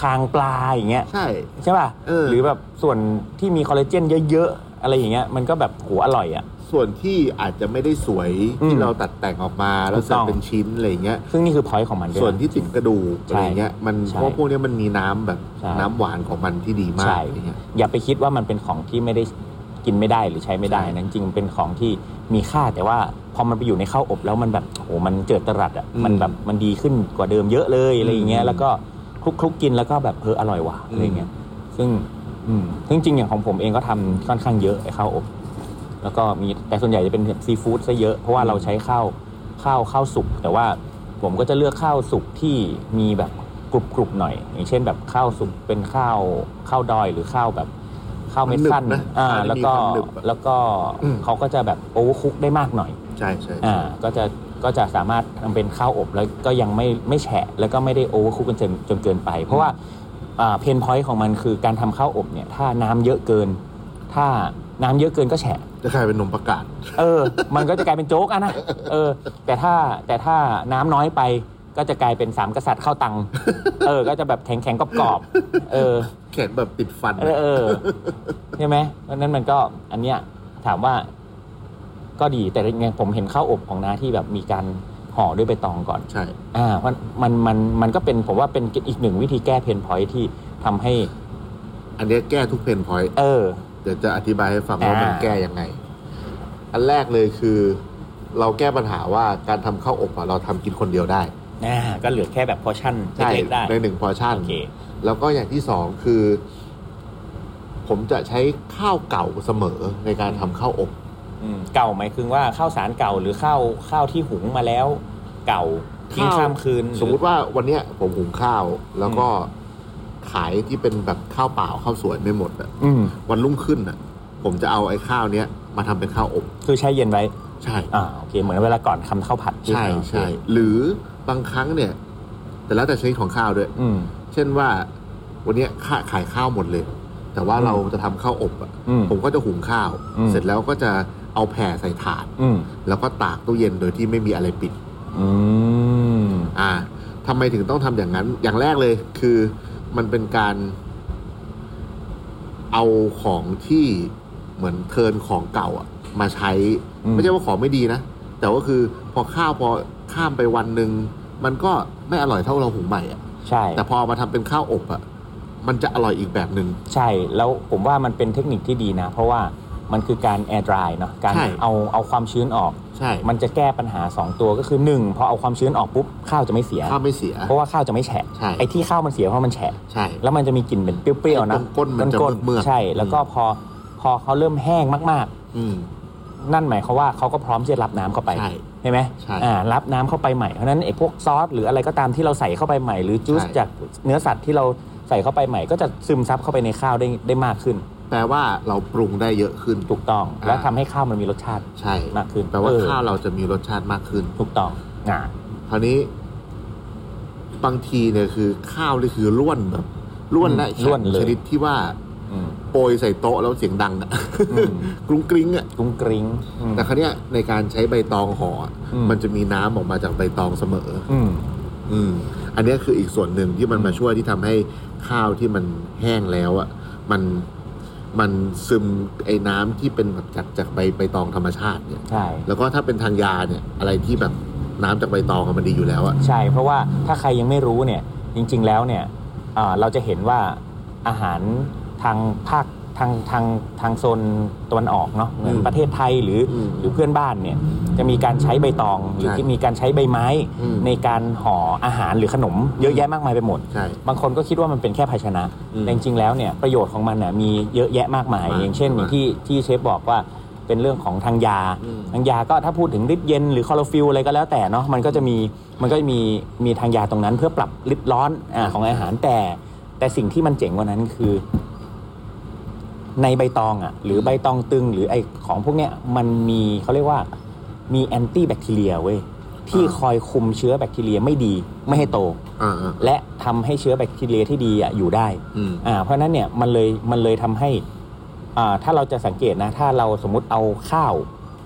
S3: คางปลาอย่างเงี้ย
S2: ใช่
S3: ใช่ป่ะ
S2: เออ
S3: หรือแบบส่วนที่มีคอลลาเจนเยอะๆอะไรอย่างเงี้ยมันก็แบบโหอร่อยอ่ะ
S2: ส่วนที่อาจจะไม่ได้สวย
S3: อืม
S2: ที่เราตัดแต่งออกมาแล้ว
S3: ถูก
S2: เสร็
S3: ต้
S2: จ
S3: อง
S2: เป็นชิ้นอะไรเงี้ย
S3: ซึ่งนี่คือพอยต์ของมันด้วยนะ
S2: ส่วนที่ติดกระดูก
S3: ใช่
S2: อะไรเงี้ยมัน
S3: ใช่
S2: เพราะพวกเนี้ยมันมีน้ำแบบ
S3: ใช่
S2: น้ำหวานของมันที่ดีมา
S3: ใช่
S2: กอะไรเงี้ย
S3: อย่าไปคิดว่ามันเป็นของที่ไม่ได้กินไม่ได้หรือใช้ไม่ได้
S2: ใช่
S3: นะจริงๆเป็นของที่มีค่าแต่ว่าพอมันไปอยู่ในข้าวอบแล้วมันแบบโอ้มันเจิดตรัสอ่ะมันแบบมันดีขึ้นกว่าเดิมเยอะเลยอะไรอย่างเงี้ยแล้วก็คลุกคลุกๆกินแล้วก็แบบเอออร่อยว่ะอะไรเงี้ยซึ่งอืมซึ่งจริงๆอย่างของผมเองก็ทำค่อนข้างเยอะไอ้ข้าวอบ แล้วก็มีแต่ส่วนใหญ่จะเป็นซีฟู้ดซะเยอะเพราะว่าเราใช้ข้าวข้าวข้าวสุกแต่ว่าผมก็จะเลือกข้าวสุกที่มีแบบกรุบกรุบๆหน่อย อย่างเช่นแบบข้าวสุกเป็นข้าวข้าวดอยหรือข้าวแบบข้าวเม็ดสั้น
S2: มันหนึบนะ
S3: อ่า
S2: ข้าวที่มี
S3: แล้วก็
S2: ความหนึบอะ
S3: แล้วก็
S2: อืม
S3: เขาก็จะแบบโอเวอร์คุกได้มากหน่อย
S2: ใช่ใช่
S3: อ่าก็จะก็จะสามารถทำเป็นข้าวอบแล้วก็ยังไม่ไม่แฉะแล้วก็ไม่ได้โอเวอร์คุกจนจนเกินไป เพราะว่าอ่าเพนพอยต์ของมันคือการทำข้าวอบเนี่ยถ้าน้ำเยอะเกิน ถ้าน้ำเยอะเกินก็แฉะ
S2: จะกลายเป็นนมประกาศ
S3: เออ มันก็จะกลายเป็นโจ๊กอะนะ เออ แต่ถ้าแต่ถ้าน้ำน้อยไป ก็จะกลายเป็นสามกษัตริย์เข้าตังค์เออ ก็จะแบบแข็งแข็งกรอบกรอบๆเออ
S2: แขนแบบติดฟัน
S3: เออเออใช่ไหมเพราะฉะนั้นมันก็อันเนี้ยถามว่า ก็ดีแต่ยังไงผมเห็นข้าวอบของน้าที่แบบมีการห่อด้วยใบตองก่อน
S2: ใช่
S3: อ่ามันมันมันมันก็เป็นผมว่าเป็นอีกหนึ่งวิธีแก้เพนพอยที่ทำให้
S2: อันเนี้ยแก้ทุกเพนพอยต์
S3: เออ
S2: เดี๋ยวจะอธิบายให้ฟังว่า
S3: อ่ามั
S2: มันแก้ยังไง อันแรกเลยคือ เราแก้ปัญหาว่าการทำข้าวอบอะเราทำกินคนเดียวได้
S3: อ่าก็เหลือแค่แบบพอชั่นเล็กๆได้
S2: ในหนึ่งพอชั่น
S3: โอเค
S2: แล้วก็อย่างที่สองคือ ผมจะใช้ข้าวเก่าเสมอในการทำข้าวอบ
S3: อืมเก่าหมายคือว่าข้าวสารเก่าหรือข้าวข้าวที่หุงมาแล้ว เก่าทิ้ง
S2: ข้าว
S3: ข้ามคืน
S2: สมมุติว่าวันเนี้ยผมหุงข้าวแล้วก็ขายที่เป็นแบบข้าวเปล่าข้าวสวยไม่หมดอะ
S3: อืม
S2: วันรุ่งขึ้นอะผมจะเอาไอ้ข้าวเนี้ยมาทำเป็นข้าวอบ
S3: คือแช่เย็นไว้
S2: ใช่
S3: อ่าโอเค เหมือนเวลาก่อนทำข้าวผัดที่
S2: ใช่
S3: โอเค
S2: ใช่หรือบางครั้งเนี่ย แต่แล้วแต่ชนิดของข้าวด้วย
S3: อืม
S2: เช่นว่า วันเนี้ยข้าขายข้าวหมดเลย แต่ว่า
S3: อืม
S2: เราจะทำข้าวอบอะ
S3: อืม
S2: ผมก็จะหุงข้าว
S3: อืม
S2: เสร็จแล้วก็จะเอาแผ่ใส่ถาด
S3: อืม
S2: แล้วก็ตากตู้เย็นโดยที่ไม่มีอะไรปิด
S3: อืม
S2: อ่าทำไมถึงต้องทำอย่างนั้น อย่างแรกเลยคือมันเป็นการ เอาของที่เหมือนเทิร์นของเก่าอะมาใช้ ไม่ใช่ว่าของไม่ดีนะ แต่ก็คือพอข้าวพอข้ามไปวันหนึ่งมันก็ไม่อร่อยเท่าเราหุงใหม่อะ
S3: ใช่
S2: แต่พอเอามาทำเป็นข้าวอบอะมันจะอร่อยอีกแบบหนึ่ง
S3: ใช่แล้วผมว่ามันเป็นเทคนิคที่ดีนะ เพราะว่ามันคือการแอร์ดรายเนาะการ
S2: ใช่
S3: เอาเอาความชื้นออก
S2: ใช่
S3: มันจะแก้ปัญหา 2 ตัวก็คือหนึ่งพอเอาความชื้นออกปุ๊บข้าวจะไม่เสีย
S2: ข้าวไม่เสีย
S3: เพราะว่าข้าวจะไม่แฉะ
S2: ใช่
S3: ไอ้ที่ข้าวมันเสียเพราะมันแฉะ
S2: ใช่
S3: แล้วมันจะมีกลิ่นเป็นเปรี้ยวๆนะ
S2: ไอ้ก้นๆมันจะ
S3: ก้
S2: เมือกๆ
S3: ใช่ แล้วก็
S2: อืม
S3: พอพอเขาเริ่มแห้งมาก
S2: อืม
S3: ๆ นั่นหมายความว่าเขาก็พร้อมที่จะรับน้ำเข้าไป
S2: ใช่
S3: ใช่ไหม
S2: ใช่
S3: อ่ารับน้ำเข้าไปใหม่เพราะฉะนั้นไอ้พวกซอสหรืออะไรก็ตามที่เราใส่เข้าไปใหม่ หรือจูส
S2: ใช่
S3: จากเนื้อสัตว์ที่เราใส่เข้าไปใหม่ ก็จะซึมซับเข้าไปในข้าวได้ได้มากขึ้น
S2: แปลว่าเราปรุงได้เยอะขึ้น
S3: ถูกต้อง
S2: อ่า
S3: แล้วทำให้ข้าวมันมีรสชาติ
S2: ใช่
S3: มากขึ้น
S2: แปลว่า
S3: เออ
S2: ข้าวเราจะมีรสชาติมากขึ้น
S3: ถูกต้องอ่า
S2: คราวนี้บางทีเนี่ยคือข้าวนี่คือร่วนแบบร่วนและแข็ง
S3: ล้วนเลย
S2: ชนิดที่ว่า
S3: อื
S2: (laughs)
S3: ม
S2: โปรยใส่โต๊ะแล้วเสียงดังอะ
S3: อืม
S2: กรุ้งกริ้งอะ
S3: กรุ้งกริ้งอืม
S2: แต่คราวเนี้ยในการใช้ใบตองห่ออะ
S3: อืม
S2: มันจะมีน้ำออกมาจากใบตองเสมอ
S3: อืม
S2: อืม อันเนี้ยคืออีกส่วนหนึ่งที่มันมาช่วยที่ทำให้ข้าวที่มันแห้งแล้วอะมัน มันซึมไอ้น้ำที่เป็นแบบจากจากใบใบตองธรรมชาติเนี่ย
S3: ใช่
S2: แล้วก็ถ้าเป็นทางยาเนี่ยอะไรที่แบบน้ำจากใบตองอะมันดีอยู่แล้วอะ
S3: ใช่ เพราะว่าถ้าใครยังไม่รู้เนี่ยจริง ๆ แล้วเนี่ยเอ่อเราจะเห็นว่าอาหารทางภาคทางทางทางโซนตะวันออกเนาะเหมือนประเทศไทยหรืออ
S2: อืม
S3: หรือเพื่อนบ้านเนี่ยจะมีการใช้ใบตองหรือ
S2: ใช่
S3: ที่มีการใช้ใบไม้
S2: อืม
S3: ในการห่ออาหารหรือขนมเยอะแยะมากมายไปหมด
S2: ใช่
S3: บางคนก็คิดว่ามันเป็นแค่ภาชนะ
S2: อืม
S3: แต่จริงๆ แล้วเนี่ยประโยชน์ของมันน่ะมีเยอะแยะมากมาย
S2: มาก
S3: อย่างเช่น
S2: มาก
S3: อย่างที่ที่เชฟบอกว่าเป็นเรื่องของทางยา
S2: อืม
S3: ทางยาก็ถ้าพูดถึงฤทธิ์เย็นหรือคลอโรฟิลอะไรก็แล้วแต่เนาะมันก็จะมีมันก็จะมีมีทางยาตรงนั้น เพื่อปรับฤทธิ์ร้อนอาของอาหารแต่ แต่สิ่งที่มันเจ๋งกว่านั้นคือ ในใบตองอ่ะ หรือใบตองตึงหรือไอของพวกเนี้ยมันมีเขาเรียกว่ามีแอนตี้แบคทีเรียเว้ยที่
S2: อ่า
S3: คอยคุมเชื้อแบคทีเรียไม่ดีไม่ให้โต
S2: อ่าอ่า
S3: และทำให้เชื้อแบคทีเรียที่ดีอะอยู่ได้
S2: อืม
S3: อ่าเพราะฉะนั้นเนี่ยมันเลยมันเลยทำให้อ่าถ้าเราจะสังเกตนะ ถ้าเราสมมติเอาข้าว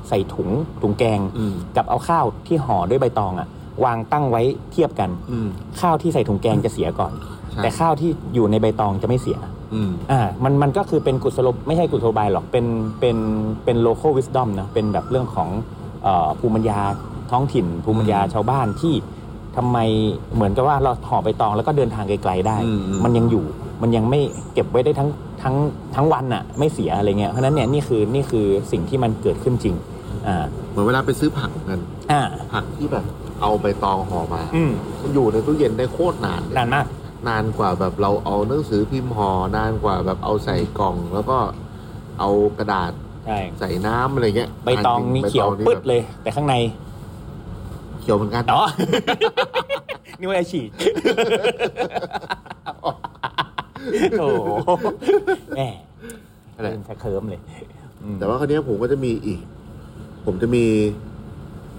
S3: ใส่ถุงถุงแกง
S2: อืม
S3: กับเอาข้าวที่ห่อด้วยใบตองอะวางตั้งไว้เทียบกัน
S2: อืม
S3: ข้าวที่ใส่ถุงแกงจะเสียก่อน
S2: ใช่
S3: แต่ข้าวที่อยู่ในใบตองจะไม่เสีย
S2: อืม
S3: อ่ามันมันก็คือเป็นกุศโลบไม่ใช่กุศโลบายหรอกเป็นเป็นเป็น local wisdom นะเป็นแบบเรื่องของเอ่อภูมิปัญญาท้องถิ่น ภูมิปัญญา
S2: อืม
S3: ชาวบ้านที่ทำไมเหมือนกับว่าเราห่อใบตองแล้วก็เดินทางไกลๆได้
S2: อือื
S3: มันยังอยู่ มันยังไม่เก็บไว้ได้ทั้งทั้งทั้งวันน่ะ ไม่เสียอะไรเงี้ย เพราะฉะนั้นเนี่ยนี่คือนี่คือสิ่งที่มันเกิดขึ้นจริง อ่า
S2: เหมือนเวลาไปซื้อผักเหมือนกัน
S3: อ่า
S2: ผักที่แบบเอาใบตองห่อมา
S3: อืม
S2: มันอยู่ในตู้เย็นได้โคตรนานเลย
S3: นานมาก
S2: นานกว่าแบบเราเอาหนังสือพิมพ์ห่อนานกว่าแบบเอาใส่กล่อง แล้วก็เอากระดาษ
S3: ใช่
S2: ใส่น้ำอะไรเงี้ย
S3: ใบตองนี่
S2: ใบ
S3: เขียว
S2: นี่
S3: ปึ๊ด
S2: แบบ
S3: เลย แต่ข้างใน
S2: เขียวเหมือนกัน
S3: อ๋อ นี่ว่าไอฉี่โอ้โหแหม
S2: นั่นแหละ
S3: เป็นสะเคิมเลยอืม
S2: แต่ว่าคราวเนี้ยผมก็จะมีอีก ผมจะมี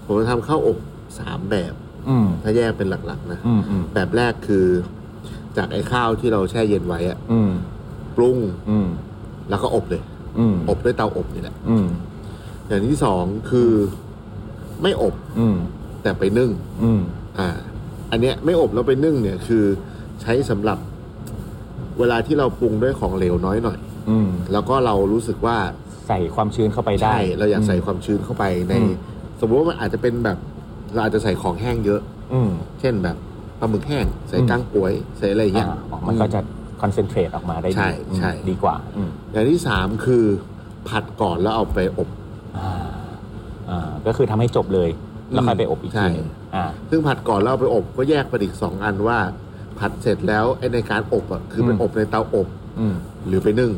S2: ผมจะทำข้าวอบสามแบบ
S3: อืม
S2: ถ้าแยกเป็นหลักๆนะ
S3: อืมอืม
S2: แบบแรกคือจากไอ้ข้าวที่เราแช่เย็นไว้อะ
S3: อืม
S2: ปรุง
S3: อืม
S2: แล้วก็อบเลย
S3: อืม
S2: อบด้วยเตาอบนี่แหละ
S3: อืม
S2: อย่างที่สองคือไม่อบ
S3: อืม
S2: แต่ไปนึ่ง
S3: อืม
S2: อ่า อันเนี้ยไม่อบแล้วไปนึ่งเนี่ยคือใช้สำหรับเวลาที่เราปรุงด้วยของเหลวน้อยหน่อย
S3: อืม
S2: แล้วก็เรารู้สึกว่า
S3: ใส่ความชื้นเข้าไปได้
S2: ใช่เราอยากใส่ความชื้นเข้าไปใน
S3: อืม
S2: สมมติว่ามันอาจจะเป็นแบบ เราอาจจะใส่ของแห้งเยอะ
S3: อืม
S2: เช่นแบบปลาหมึกแห้ง ใส่
S3: อืม
S2: ก้างป่วยใส่อะไรอย่างเงี้ย
S3: อ่าออกมันก็จะคอนเซนเทรตออกมาได้ดี
S2: ใช่ใช่
S3: อืมดีกว่าอืม
S2: อย่างที่สามคือผัดก่อนแล้วเอาไปอบ
S3: อ่าอ่าก็คือทำให้จบเลย แล้วค่อยไปอบอีก
S2: ใช่
S3: ทีหนึงอ่า
S2: ซึ่งผัดก่อนแล้วเอาไปอบก็แยกไปนอีกสองอันว่า ผัดเสร็จแล้วไอ้ในการอบอ่ะคือไป
S3: อืม
S2: อบในเตาอบ
S3: อืม
S2: หรือไปนึ่ง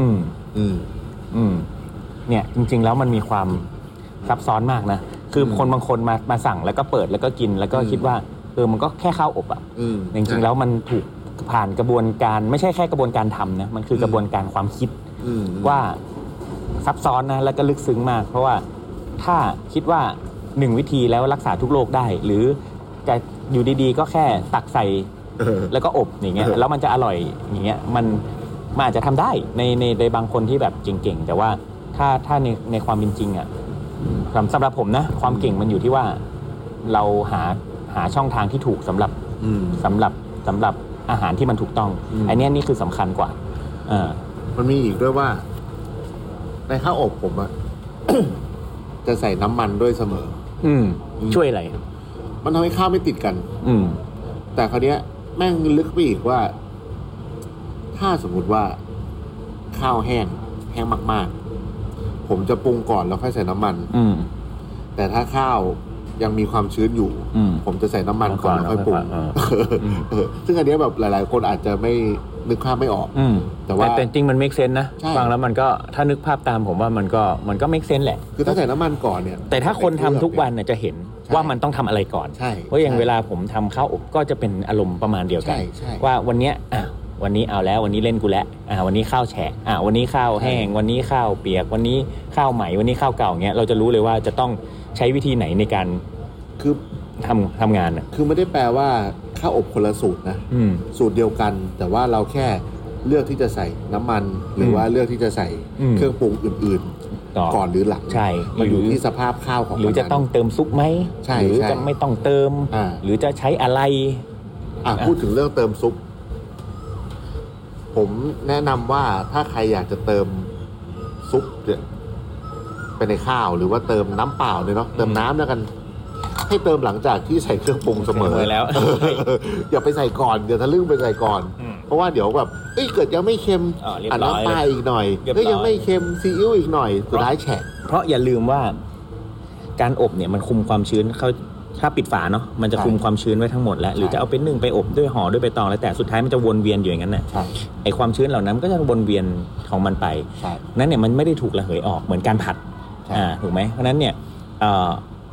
S3: อืม
S2: อืม
S3: อืมเนี่ยจริง ๆ แล้วมันมีความซับซ้อนมากนะ คือ
S2: ม
S3: คนบางคนมามาสั่งแล้วก็เปิดแล้วก็กินแล้วก็
S2: อืม
S3: คิดว่าเออมันก็แค่ข้าวอบอะ่ะ
S2: อืม
S3: จริงๆแล้วมันถูกผ่านกระบวนการไม่ใช่แค่กระบวนการทำนะมันคือ
S2: ม
S3: กระบวนการความคิด
S2: อืม
S3: ว่าซับซ้อนนะแล้วก็ลึกซึ้งมาก เพราะว่าถ้าคิดว่าหนึ่งวิธีแล้วรักษาทุกโรคได้ หรือจะอยู่ดีๆ ก็แค่ตักใส่
S2: เออ
S3: แล้วก็อบอย่างเงี้ย
S2: เออ
S3: แล้วมันจะอร่อยอย่างเงี้ยมันมันอาจจะทำได้ในในในบางคนที่แบบเก่งๆ แต่ว่าถ้าถ้าในในความเป็นจริงอะ่ะสำสำหรับผมนะ ความเก่งมันอยู่ที่ว่าเราหาหาช่องทางที่ถูกสำหรับ
S2: อืม
S3: สำหรับสำหรับอาหารที่มันถูกต้อง
S2: อืม
S3: อันเนี้ยนี่คือสำคัญกว่าเออ
S2: มันมีอีกด้วยว่า ในข้าวอบผมอะ (coughs) จะใส่น้ำมันด้วยเสมอ
S3: อืม
S2: อืม
S3: ช่วยอะไร
S2: มันทำให้ข้าวไม่ติดกัน
S3: อืม
S2: แต่คราวเนี้ย แม่งลึกไปอีกว่า ถ้าสมมติว่า ข้าวแห้ง แห้งมาก ๆ ผมจะปรุงก่อนแล้วค่อยใส่น้ำมัน
S3: อืม
S2: แต่ถ้าข้าวยังมีความชื้นอยู่
S3: อืม
S2: ผมจะใส่น้ำมันก่อนแล้วค่อยปรุง
S3: อ่า
S2: เออซึ่งอันเนี้ยแบบหลาย ๆ คนอาจจะไม่นึกภาพไม่ออก
S3: อืม
S2: แต่ว่า
S3: แต่จริงๆมัน make sense นะ
S2: ใช่
S3: ฟังแล้วมันก็ถ้านึกภาพตามผมว่ามันก็มันก็ make sense แหละ
S2: คือถ้าใส่น้ำมันก่อนเนี่ย
S3: แต่ถ้าคนทำทุกวันน่ะจะเห็น
S2: ใช่
S3: ว่ามันต้องทำอะไรก่อน
S2: ใช่
S3: เพราะอย่าง
S2: ใช่
S3: เวลาผมทำข้าวอบก็จะเป็นอารมณ์ประมาณเดียวกัน
S2: ใช่ใช่
S3: ว่าวันเนี้ยอ่ะวันนี้เอาแล้ววันนี้เล่นกูแล้วอ่ะวันนี้ข้าวแฉะอ่ะวันนี้ข้าวแห้ง
S2: ใช่
S3: วันนี้ข้าวเปียก วันนี้ข้าวใหม่วันนี้ข้าวเก่าเงี้ยเราจะรู้เลยว่าจะต้องใช้วิธีไหนในการ
S2: คือ
S3: ทำทำงานอ่ะ
S2: คือไม่ได้แปลว่าข้าวอบคนละสูตรนะ
S3: อืม
S2: สูตรเดียวกัน แต่ว่าเราแค่เลือกที่จะใส่น้ำมัน หรือว่าเลือกที่จะใส่
S3: อืม
S2: เครื่องปรุงอื่น
S3: ต่อ
S2: ๆ ก่อนหรือหลัง
S3: ใช่
S2: มันอยู่
S3: หรือ
S2: ที่สภาพข้าวของ
S3: หรือจะ
S2: วันนั้น
S3: ต้องเติมซุปไหม
S2: ใช่
S3: หรือ
S2: ใช่
S3: จะไม่ต้องเติม
S2: อ่า
S3: หรือจะใช้อะไร
S2: อ่ะพูดถึงเรื่องเติมซุป ผมแนะนำว่าถ้าใครอยากจะเติมซุปเนี่ยไปในข้าวหรือว่าเติมน้ำเปล่าเลยเนาะเติมน้ำแล้วกัน ให้เติมหลังจากที่ใส่เครื่องปรุงเสมอ
S3: เสมอแล้ว
S2: เอออย่าไปใส่ก่อนอย่าทะลึ่งไปใส่ก่อน
S3: อืม
S2: เพราะว่าเดี๋ยวแบบเอ้ยเกิดยังไม่เค็ม
S3: อ่าเรียบ
S2: น
S3: ร้อย
S2: น้ำปลาอีกหน่อย
S3: เรียบร้
S2: ก็
S3: อย
S2: ยังไม่เค็มซีอิ๊วอีกหน่อยสุดท้ายแฉะ
S3: เพราะอย่าลืมว่าการอบเนี่ยมันคุมความชื้นเขาถ้าปิดฝาเนาะมันจะคุมความชื้นไว้ทั้งหมดแล้วหรือ
S2: ใช่
S3: จะเอาเป็นนึ่งไปอบด้วยห่อด้วยใบตองแล้วแต่สุดท้ายมันจะวนเวียนอยู่อย่างนั้นน่ะ
S2: ใช่
S3: ไอความชื้นเหล่านั้นก็จะวนเวียนของมันไป
S2: ใช่
S3: นั้นเนี่ยมันไม่ได้ถูกระเหยออกเหมือนการผัด
S2: ใช่
S3: อ่าถูกไหมเพราะฉะนั้นเนี่ยเอ่อ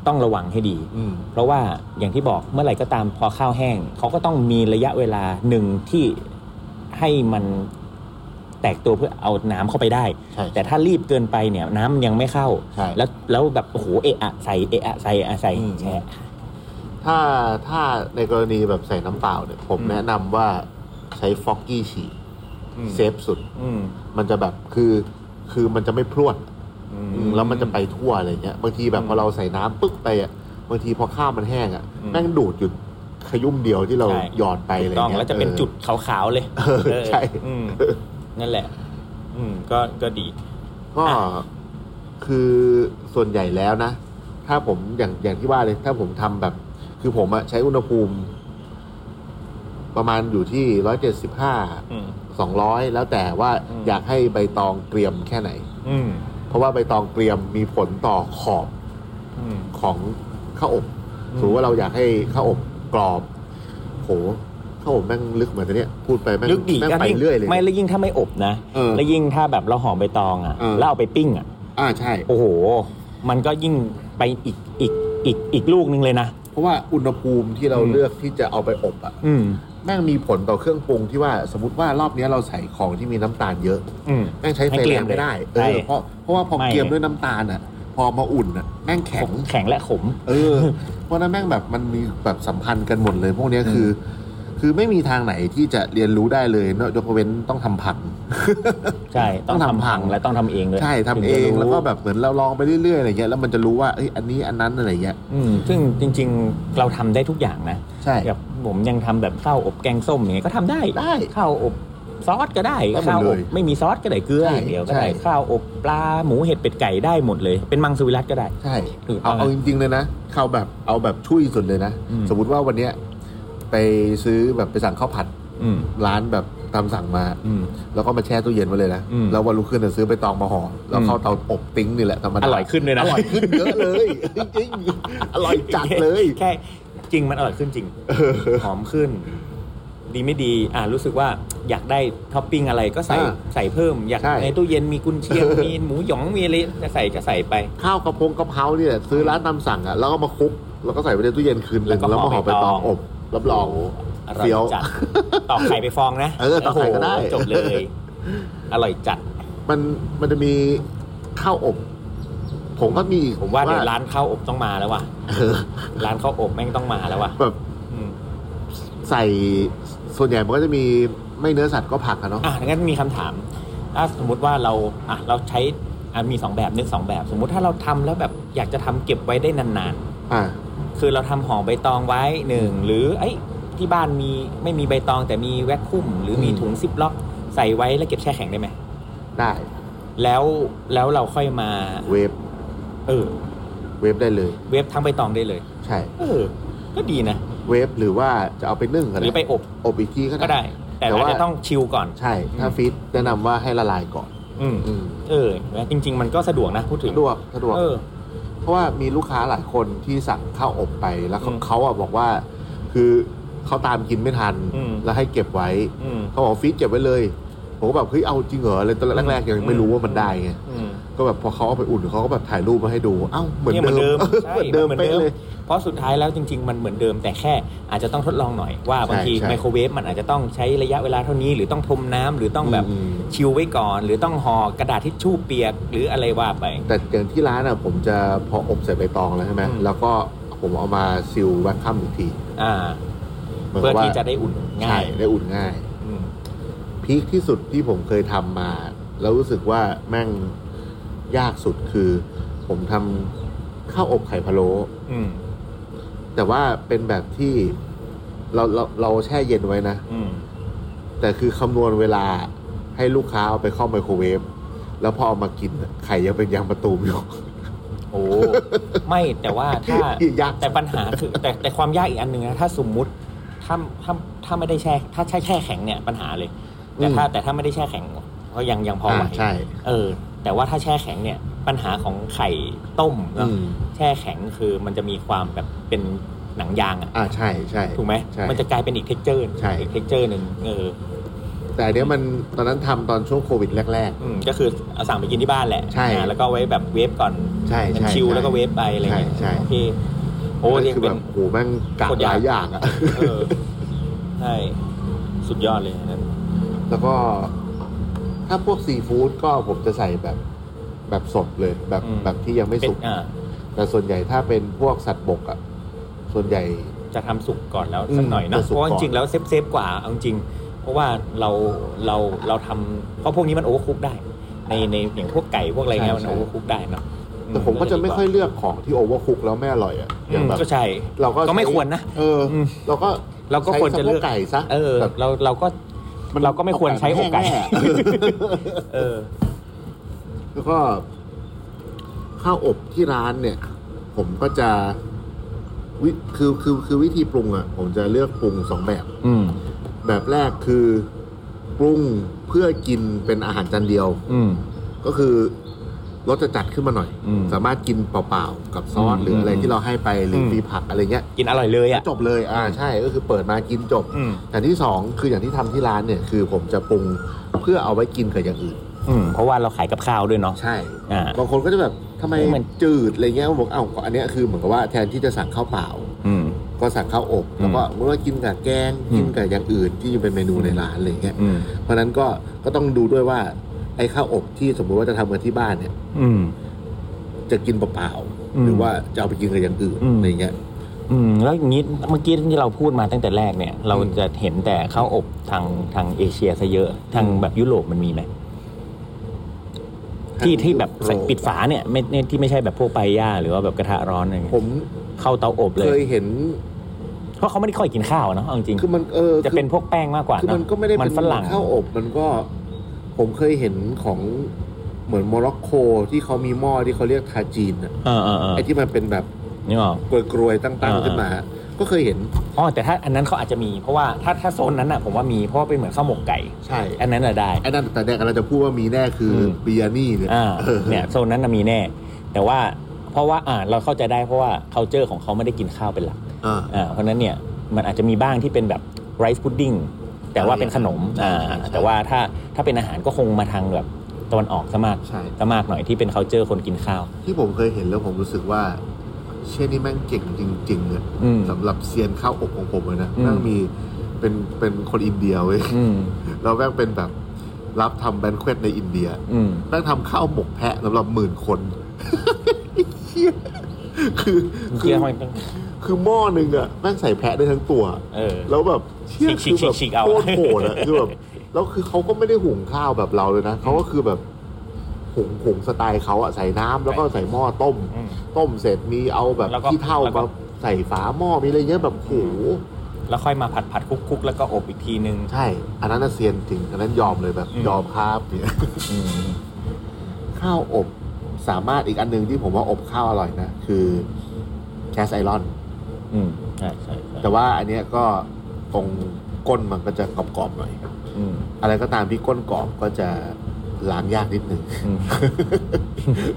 S3: ต้องระวังให้ดี
S2: อืม
S3: เพราะว่าอย่างที่บอกเมื่อไหร่ก็ตามพอข้าวแห้งเขาก็ต้องมีระยะเวลาหนึ่งที่ให้มันแตกตัวเพื่อเอาน้ำเข้าไปได้
S2: ใช่
S3: แต่ถ้ารีบเกินไปเนี่ยน้ำมันยังไม่เข้า
S2: ใช่
S3: แล้วแล้วแบบโอ้โหเอะอะใส่เอะอะใส่เอะอะใส่
S2: อืม
S3: แช่
S2: ถ้าถ้าในกรณีแบบใส่น้ำเปล่าเนี่ย ผม
S3: อืม
S2: แนะนำว่าใช้ฟอกกี้ฉีดเซฟสุด
S3: อืม
S2: มันจะแบบคือคือมันจะไม่พรวด
S3: อืม
S2: อืมแล้วมันจะไปทั่วอะไรเงี้ยบางทีแบบ
S3: อืม
S2: พอเราใส่น้ำปึ๊กไปอ่ะบางทีพอข้าวมันแห้งอ่ะ
S3: อืม
S2: แม่งดูดหยุดขยุ่มเดียวที่เรา
S3: ใช่
S2: หยอดไป
S3: ถู
S2: อะไร
S3: กต้อง
S2: เงี้ย
S3: แล้วจะเป็น
S2: ออ
S3: จุดขาวๆเลย
S2: เออใช่
S3: อืมนั่นแหละ อืมก็ก็ดี
S2: ก็
S3: อ่ะ
S2: คือส่วนใหญ่แล้วนะ ถ้าผมอย่างอย่างที่ว่าเลย ถ้าผมทำแบบ คือผมอะใช้อุณหภูมิ ประมาณอยู่ที่ร้อยเจ็ดสิบห้า
S3: อืม
S2: สองร้อยแล้วแต่ว่า
S3: อืม
S2: อยากให้ใบตองเกรียมแค่ไหน
S3: อืม
S2: เพราะว่าใบตองเกรียมมีผลต่อขอบ
S3: อืม
S2: ของข้าวอบ
S3: อืม
S2: สมมติว่าเราอยากให้ข้าวอบกรอบโหข้าวอบแม่งลึกเหมือนตัวเนี้ยพูดไปแม่ง
S3: ลึกดี
S2: แม่งไป
S3: ยิ่ง
S2: เรื่อยเลย
S3: ไม่แล้วยิ่งถ้าไม่อบนะ
S2: เออ
S3: แล้วยิ่งถ้าแบบเราห่อใบตองอ่ะ
S2: เออ
S3: แล้วเอาไปปิ้งอ่ะ
S2: อ่าใช่
S3: โอ้โห มันก็ยิ่งไปอีกอีกอีกอีกลูกนึงเลยนะ
S2: เพราะว่าอุณหภูมิที่เรา
S3: อืม
S2: เลือกที่จะเอาไปอบอะ
S3: อืม
S2: แม่งมีผลต่อเครื่องปรุงที่ว่าสมมติว่ารอบเนี้ยเราใส่ของที่มีน้ำตาลเยอะ
S3: อืม
S2: แม่งใช้ไฟ
S3: ให้เกรี
S2: แร
S3: ยม
S2: งไม่ได้เอ
S3: ใช่
S2: อเพราะเพราะว่าพอ
S3: ไม่
S2: เกรียมด้วยน้ำตาลอะพอมาอุ่นอะแม่งแข็ง
S3: แข็งและขม
S2: เออ เพราะฉะนั้นแม่งแบบมันมีแบบสัมพันธ์กันหมดเลย พวกเนี้ยคือ คือไม่มีทางไหนที่จะเรียนรู้ได้เลยเนอะยกเว้นต้องทำพัง
S3: ใช่
S2: ต้องทำพัง
S3: และต้องทำเองด้วย
S2: ใช่ทำเอ
S3: ถึ
S2: ง
S3: จะรู้
S2: แล้วก็แบบเหมือนเราลองไปเรื่อยๆอะไรเงี้ยแล้วมันจะรู้ว่าเอ้ยอันนี้อันนั้นอะไรเงี้ย
S3: อืมซึ่งจริง ๆ เราทำได้ทุกอย่างนะ
S2: ใช่
S3: แบบผมยังทำแบบข้าวอบแกงส้มอย่างเงี้ยก็ทำได้
S2: ได้
S3: ข้าวอบซอสก็ได้
S2: ได้หมดเลย
S3: ข้าวอบไม่มีซอสก็ได้เกลือ
S2: ใช่
S3: อย่างเดียวก็
S2: ใช่
S3: ได้ข้าวอบปลาหมูเห็ดเป็ดไก่ได้หมดเลย เป็นมังสวิรัตก็ได้
S2: ใช่
S3: ถูกต้อง
S2: เอาเอาจริงๆเลยนะเข้าแบบเอาแบบช่วยสุดเลยนะ
S3: อืม
S2: สมมติว่าวันเนี้ยไปซื้อแบบไปสั่งข้าวผัด
S3: อืม
S2: ร้านแบบตามสั่งมา
S3: อืม
S2: แล้วก็มาแช่ตู้เย็นไว้เลยนะ
S3: อืม
S2: แล้ววันรุ่งขึ้นจะซื้อไปตองมาห่อแล้วเข้า
S3: อืม
S2: เตาอบติ้งนี่แหละธรรมดา
S3: อร่อยขึ้นเลย
S2: อ
S3: นะ
S2: ร่อยขึ้นเยอะเลย จริงๆ อร่อยจัดเลย
S3: แค่จริงมันอร่อยขึ้นจริงหอมขึ้น ดีไม่ดี อ่ารู้สึกว่าอยากได้ท็อปปิ้งอะไรก็ใส่
S2: อ่า
S3: ใส่เพิ่ม อยาก
S2: ใช่
S3: ในตู้เย็นมีกุนเชียง มีหมูหยองมีอะไรจะใส่ก็ใส่ไป
S2: ข้าวกระพงกระเพราเนี่ยซื้อร้านตามสั่งอ่ะแล้วก็มาคลุก แล้วก็ใส่ไปในตู้เย็นคืนหนึ่ง
S3: แล้
S2: แล้ว
S3: วก็
S2: ก็
S3: ห่
S2: ห่อ
S3: อใบ
S2: ไปต
S3: ตอ
S2: อง งอบ รับรอง
S3: อร่อย
S2: เฟี้ยว
S3: จัดตอกไข่ไปฟองนะ
S2: เออตอกไข่ก็ได้
S3: โอ้โหจบเลย อร่อยจัด
S2: มันมันจะมีข้าวอบ ผมก็มี
S3: ผมว่าเดี๋ยวร้านข้าวอบต้องมาแล้วว่ะร้านข้าวอบแม่งต้องมาแล้วว่ะ
S2: แบบ
S3: อืม
S2: ใส่ส่วนใหญ่มันก็จะมีไม่เนื้อสัตว์ก็ผักอะเนาะ
S3: อ่ะงั้นมีคำถามถ้าสมมติว่าเราอ่ะเราใช้อ่ะมีสองแบบนึกสองแบบ สมมุติถ้าเราทำแล้วแบบอยากจะทำเก็บไว้ได้นานๆ
S2: อ่า
S3: คือเราทำห่อใบตองไว้หนึ่งหรือไอ้ยที่บ้านมีไม่มีใบตองแต่มีแวคคุมหรือมี
S2: อืม
S3: ถุงซิปล็อก ใส่ไว้แล้วเก็บแช่แข็งได้ไหม
S2: ได้
S3: แล้วแล้วเราค่อยมา
S2: เวฟ
S3: เออ
S2: เวฟได้เลย
S3: เวฟทั้งใบตองได้เลย
S2: ใช่
S3: เออ ก็ดีนะ
S2: เวฟหรือว่าจะเอาไปนึ่งก็
S3: หรือไป
S2: ได้
S3: อบ
S2: อบอีกทีก็
S3: ก็
S2: ได้
S3: ได้ แต่
S2: แต่
S3: อาจ
S2: ว่า
S3: จะต้องชิลก่อน
S2: ใช่ถ้า
S3: อืม
S2: ฟิตแนะนำว่าให้ละลายก่อน
S3: อืม
S2: อืม
S3: เออแล้วจริง ๆ มันก็สะดวกนะพูดถึง
S2: สะดวกสะดวก
S3: เออ
S2: เพราะว่ามีลูกค้าหลายคนที่สั่งข้าวอบไปแล้วเขา
S3: อืม
S2: เขาอะบอกว่า คือเขาตามกินไม่ทัน
S3: อืม
S2: แล้วให้เก็บไว้
S3: อืม
S2: เขาบอกฟรีดเก็บไว้เลยผมก็แบบเฮ้ยเอาจริงเหรอเลยตอนแรกแรกๆยังไม่รู้ว่ามันได้ไง
S3: อืม
S2: ก็แบบพอเขาเอาไปอุ่นเขาก็แบบถ่ายรูปมาให้ดูเอ้าเหมือนเดิม
S3: ใช่
S2: เหมือนเดิม (laughs)
S3: เหมือน
S2: เป๊ะ
S3: เดิม
S2: เลย
S3: เพราะสุดท้ายแล้วจริง ๆ มันเหมือนเดิมแต่แค่อาจจะต้องทดลองหน่อยว่าบางที
S2: ใช่
S3: ไมโครเวฟมันอาจจะต้องใช้ระยะเวลาเท่านี้ หรือต้องพรมน้ำหรือต้องแบบ
S2: อืม
S3: ชิลไว้ก่อน หรือต้องห่อกระดาษทิชชู่เปียกหรืออะไรว่าไป
S2: แต่อย่างที่ร้านอะผมจะพออบใส่ใบตองแล้วใช่ไหม
S3: อืม
S2: แล้วก็ผมเอามาซิลแวคคัมอีกที
S3: อ่า
S2: หมืน
S3: เพื่อ
S2: กับว่า
S3: ที่จะได้อุ่นง่า
S2: ใช่
S3: ย
S2: ได้อุ่นง่าย
S3: อืม
S2: พีคที่สุดที่ผมเคยทำมา แล้วรู้สึกว่าแม่งยากสุดคือ ผมทำข้าวอบไข่พะโล้
S3: อืม
S2: แต่ว่าเป็นแบบที่เราเราเราแช่เย็นไว้นะ
S3: อืม
S2: แต่คือคำนวณเวลาให้ลูกค้าเอาไปเข้าไมโครเวฟแล้วพอเอามากินอะไข่ยังเป็นยางประตูมอยู่
S3: โอ้
S2: (laughs)
S3: ไม่แต่ว่าถ้า
S2: ยาก
S3: แต่ปัญหาคือแต่แต่ความยากอีกอันหนึ่งนะถ้าสมมุติถ้าถ้าถ้าไม่ได้แช่ ถ้าใช่แช่แข็งเนี่ยปัญหาเลย แต่ถ้าแต่ถ้าไม่ได้แช่แข็งก็ยังยังพอไหว
S2: อ่าใช่
S3: เออ แต่ว่าถ้าแช่แข็งเนี่ยปัญหาของไข่ต้มเนอะ
S2: อืม
S3: แช่แข็งคือมันจะมีความแบบเป็นหนังยางอะ
S2: อ่าใช่ใช่
S3: ถูกไหม
S2: ใช่
S3: มันจะกลายเป็นอีกเท็กเจอร์
S2: ใช่
S3: อีกเท็กเจอร์หนึ่งเออ
S2: แต่อันเนี้ยมันตอนนั้นทำตอนช่วงโควิดแรก
S3: อืมก็คือเอาสั่งไปกินที่บ้านแหละ
S2: ใช่
S3: อ่าแล้วก็ไว้แบบเวฟก่อน
S2: ๆ ใช่
S3: มัน
S2: ใช่
S3: ชิล
S2: ใช่
S3: แล้วก็เวฟไปอะไรอย่างเงี้ย
S2: ใช่ใช่
S3: โอเคโอ้
S2: นี่
S3: เนี่ย
S2: คือ
S3: เป็
S2: แบ
S3: น
S2: บโหแม่งกะ
S3: โคตร
S2: ห
S3: ยาก
S2: ลายอย่างอะ
S3: เออใช่สุดยอดเลยอันนั้น
S2: แล้วก็ ถ้าพวกซีฟู้ดก็ผมจะใส่แบบแบบสดเลย แบบ
S3: อืม
S2: แบบที่ยังไม่
S3: เป็
S2: สุ
S3: น
S2: ก
S3: อ่า
S2: แต่ส่วนใหญ่ถ้าเป็นพวกสัตว์บกอะส่วนใหญ่
S3: จะทำสุกก่อนแล้ว
S2: อืม
S3: สักหน่อยเนอะ
S2: จะสุ
S3: เพ
S2: กก่อน
S3: ราะว่าจริงๆแล้วเซฟเซฟกว่าเอาจริงเพราะว่าเราเราเราทำเพราะพวกนี้มันโอเวอร์คุกได้ ในในอย่างพวกไก่พวกอะไรเงี้ยมันโอเวอร์คุกได้เนาะ
S2: แต่ผมก็จะไม่ค่อย
S3: อื
S2: เลือกของที่โอเวอร์คุกแล้วไม่อร่อยอะอย่าง
S3: ม
S2: แบบ
S3: ก็ใช่
S2: เราก็
S3: ก็ไม่
S2: ใช้
S3: ควรนะ
S2: เอออ
S3: ม
S2: เราก็
S3: เราก็ควรจะเลือก
S2: ใช้สโพไก่ซะ
S3: เออ
S2: แบบ
S3: เราเราก็เราก็ไม่ควรใช้อกไก่
S2: แห้งๆอะ
S3: เออ
S2: แล้วก็ข้าวอบที่ร้านเนี่ย ผมก็จะวิคือคือคือวิธีปรุงอะ่ะ ผมจะเลือกปรุงสองแบบ
S3: อืม
S2: แบบแรกคือปรุงเพื่อกินเป็นอาหารจานเดียว
S3: อืม
S2: ก็คือรสจะจัดขึ้นมาหน่อย
S3: อืม
S2: สามารถกินเปล่าๆกับซอส
S3: อืม
S2: หรืออะไรที่เราให้ไปหรืออ
S3: ม
S2: ฟรีผักอะไรเงี้ย
S3: กินอร่อยเลยอ่ะ
S2: จบเลยอ่าใช่ก็คือเปิดมากินจบ
S3: อืม
S2: อย่างที่สองคืออย่างที่ทำที่ร้านเนี่ย คือผมจะปรุงเพื่อเอาไว้กินกับอย่างอื่น
S3: อืมเพราะว่าเราขายกับข้าวด้วยเนาะ
S2: ใช่
S3: อ่า
S2: บางคนก็จะแบบทำไม
S3: มัน
S2: จืดอะไรเงี้ยผมบอกเอ้าก็อันเนี้ยคือเหมือนกับว่าแทนที่จะสั่งข้าวเปล่า
S3: อืม
S2: ก็สั่งข้าวอบ
S3: อืม
S2: แล้วก็เมื่อกินกับแกง
S3: อืม
S2: กินกับอย่างอื่นที่เป็นเมนูในร้านอะไรเงี้ย
S3: อืม
S2: เพราะฉะนั้นก็ก็ต้องดูด้วยว่าไอ้ข้าวอบที่สมมุติว่าจะทำกันที่บ้านเนี่ย
S3: อืม
S2: จะกินเปล่า
S3: อื
S2: ๆ
S3: ม
S2: หรือว่าจะเอาไปกินกับอย่างอื่น
S3: อืม
S2: อะไรเงี้ย
S3: อืมแล้วอย่างนี้เมื่อกี้ที่เราพูดมาตั้งแต่แรกเนี่ย เรา
S2: อืม
S3: จะเห็นแต่ข้าวอบทางทางเอเชียซะเยอะทางแบบยุโรปมันมีไหมที่ที่แบบใส่ปิดฝาเนี่ยไม่เนี่ยที่ไม่ใช่แบบพวกไปย่าหรือว่าแบบกระทะร้อนอะไรเงี้ย
S2: ผม
S3: เข้าเตาอบเล
S2: เค
S3: ย
S2: ยเห็น
S3: เพราะเขาไม่ได้ค่อยกินข้าวเนาะเอาจริง
S2: คือมันเออ
S3: จะเป็นพวกแป้งมากกว่า
S2: คือ
S3: เนาะ
S2: มันก็ไม่ได้
S3: มั
S2: เป็น
S3: ฝรั่ง
S2: ข้าวอบมันก็ ผมเคยเห็นของเหมือนโมร็อกโกที่เขามีหม้อที่เขาเรียกทาจีนอะ
S3: เออเออเออ
S2: ไอ้ที่มันเป็นแบบ
S3: นี่ออก
S2: กรวยๆตั้ง
S3: อ่า
S2: ๆขึ้นมา ก็เคยเห็น
S3: อ๋อแต่ถ้าอันนั้นเขาอาจจะมีเพราะว่าถ้าถ้าโซนนั้นอ่ะผมว่ามีเพราะว่าเป็นเหมือนข้าวหมกไก่
S2: ใช่
S3: อันนั้นอ่ะได้
S2: ไอ้นั่นแต่แดกเราจะพูดว่ามีแน่คืออ
S3: ม
S2: เบียร์นี่เนี่ย
S3: อ่า
S2: ออ
S3: เนี่ยโซนนั้นน่ะมีแน่ แต่ว่าเพราะว่าอ่าเราเข้าใจได้เพราะว่า culture ของเขาไม่ได้กินข้าวเป็นหลัก
S2: อ่า
S3: อ่าเพราะฉะนั้นเนี่ยมันอาจจะมีบ้างที่เป็นแบบไรซ์พุดดิ้งแต่ว่าเป็นขนมอ่า
S2: ใช่ใช่
S3: แต่ว่าถ้าถ้าเป็นอาหารก็คงมาทางแบบตะวันออกซะมาก
S2: ใช่
S3: ซะมากหน่อยที่เป็น c u เจอร์คนกินข้าว
S2: ที่ผมเคยเห็นแล้วผมรู้สึกว่า เช่นนี่แม่งเก่งจริงๆเนี่ย
S3: อืม
S2: สำหรับเซียนข้าวอบของผมเลยนะ
S3: อืม
S2: แม่งมีเป็นเป็นคนอินเดียเว้ย (laughs)
S3: อืม
S2: แล้วแม่งเป็นแบบรับทำแบนเควตในอินเดีย
S3: อืม
S2: แม่งทำข้าวหมกแพะสำหรับหมื่นคน (laughs) เหี้ยคือคื
S3: เกี
S2: อย
S3: ร์มันเป็น
S2: คือหม้อหนึ่งอะแม่งใส่แพะได้ทั้งตัว
S3: เออ
S2: แล้วแบบเชี่ย
S3: ฉี
S2: คือ
S3: กๆ
S2: แบบ
S3: ฉีกๆเอา
S2: โคตรโหดอะคือแบบแล้วคือเขาก็ไม่ได้หุงข้าวแบบเราเลยนะเขาก็คือแบบหุงหุงสไตล์เขาอะใส่น้ำแล้วก็ใส่หม้อต้ม
S3: อืม
S2: ต้มเสร็จมีเอาแบบ
S3: แล้วก็
S2: ที่เท่า
S3: แล้วก็
S2: มาใส่ฝาหม้อมีอะไรเงี้ยแบบโห
S3: แล้วค่อยมาผัดผัดคุกคุกแล้วก็อบอีกทีนึง
S2: ใช่ อันนั้นน่ะเซียนจริงอันนั้นยอมเลยแบบ
S3: อืม
S2: ยอมภาพเนี่ย
S3: อืม
S2: ข้าวอบสามารถอีกอันหนึงที่ผมว่าอบข้าวอร่อยนะ คือแคสไอรอน
S3: อืมใช่ใช่ใช่
S2: แต่ว่าอันเนี้ยก็ตรงก้นมันก็จะกรอบๆหน่อย
S3: อืม
S2: อะไรก็ตามที่ก้นกรอบก็จะล้างยากนิดหนึ่ง (laughs)
S3: อืม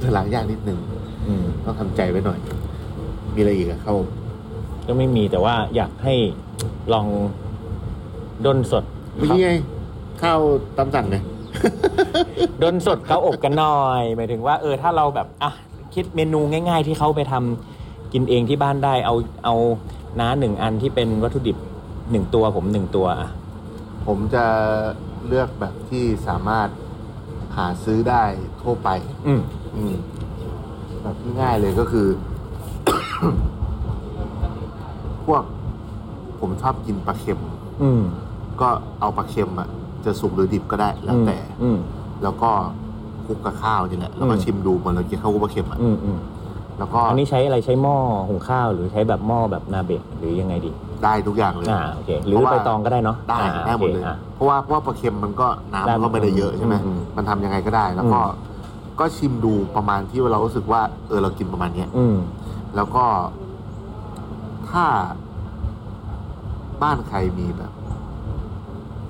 S2: จะล้างยากนิดหนึ่ง
S3: อืม
S2: ต้องทำใจไว้หน่อย มีอะไรอีกอะเข้า
S3: ก็ไม่มีแต่ว่าอยากให้ลองด้นสด
S2: เมื่อกี้ไงข้าวตำสั่งไง
S3: ด้นสดเขาอบกันหน่อยหมายถึงว่าเออถ้าเราแบบอ่ะคิดเมนูง่าย ๆ ที่เขาไปทำกินเองที่บ้านได้เอาเอาน้าหนึ่งอันที่เป็นวัตถุดิบหนึ่งตัวผมหนึ่งตัวอ่ะ
S2: ผมจะเลือกแบบที่สามารถหาซื้อได้ทั่วไป
S3: อืม
S2: อืมแบบที่ง่ายเลยก็คือ (coughs) พวก ผมชอบกินปลาเค็ม
S3: อืม
S2: ก็เอาปลาเค็มอะจะสุกหรือดิบก็ได้แล้วแต่
S3: อืม
S2: แล้วก็คลุกกับข้าวนี่แหละแล้วก็
S3: อืม
S2: ชิมดูเหมันเรากินข้าวคลุกปลาเค็มอะ
S3: อืมอืม
S2: แล้วก็
S3: อันนี้ใช้อะไรใช้หม้อหุงข้าวหรือใช้แบบหม้อแบบนาเบะหรือยังไงดี
S2: ได้ทุกอย่างเลย
S3: อ่าโอเคหรือ
S2: เพาะว่า
S3: ใบตองก็ได้เนาะ
S2: ได้
S3: อ่า
S2: ได้หมด
S3: โอค
S2: เลย
S3: อ่ะ
S2: เพราะว่าเพราะว่าปลาเค็มมันก็น้ำ
S3: ได้
S2: มันก็ไม่ได้เยอะใช่ไหม
S3: อืม
S2: มันทำยังไงก็ได้ แล้วก็
S3: อืม
S2: ก็ชิมดูประมาณที่เรารู้สึกว่าเออเรากินประมาณเนี้ย
S3: อืม
S2: แล้วก็ถ้าบ้านใครมีแบบ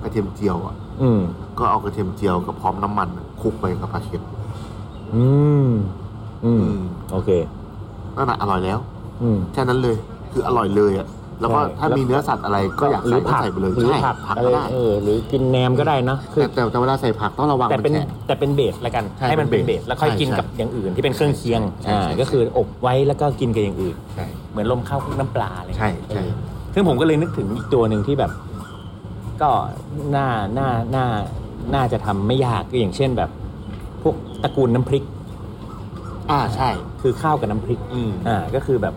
S2: กระเทียมเจียวอ่ะ
S3: อืม
S2: ก็เอากระเทียมเจียวกับพร้อมน้ำมันอะคลุกไปกับปลาเค็ม
S3: อืม อืม
S2: อืม
S3: โอเค
S2: นั่นแหะอร่อยแล้ว
S3: อืม
S2: แค่นั้นเลย คืออร่อยเลยอ่ะ แล้วก็
S3: ใช่
S2: ถ้า
S3: แล้ว
S2: มีเนื้อสัตว์อะไรก็อยาก
S3: หรื
S2: ใส่
S3: อ
S2: ก็
S3: ผัก
S2: ใส่ไปเลย
S3: หรือ
S2: ใช่
S3: ผัก
S2: ผัก
S3: อะ
S2: ก็
S3: ไร
S2: ได้
S3: เออหรือกินแหนมก็ได้นะคือ
S2: แต่แต่แต่เวลาใส่ผักต้องระวัง
S3: แต่เป็น
S2: มันแข็ง
S3: แต่เป็นเบสละกัน
S2: ใช่
S3: ให้มันเป็น
S2: เป็น
S3: เบ
S2: เบ
S3: ส
S2: ส
S3: แล้วค่อย
S2: ใช่
S3: กิน
S2: ใช่
S3: กับอย่างอื่นที่เป็นเครื่องเคียง
S2: ใช่
S3: อ่า
S2: ใช่
S3: ก็คืออบไว้แล้วก็กินกับอย่างอื่น
S2: ใช่
S3: เหมือนลมข้าวคลุกน้ำปลาอะไร
S2: ใช่ใช่
S3: เออซึ่งผมก็เลยนึกถึงอีกตัวหนึ่งที่แบบ ก็น่าน่าน่าน่าจะทำไม่ยากก็อย่างเช่นแบบ พวกตระกูลน้ำพริก
S2: อ่าใช่
S3: คือข้าวกับน้ำพริก
S2: อืม
S3: อ่าก็คือแบบ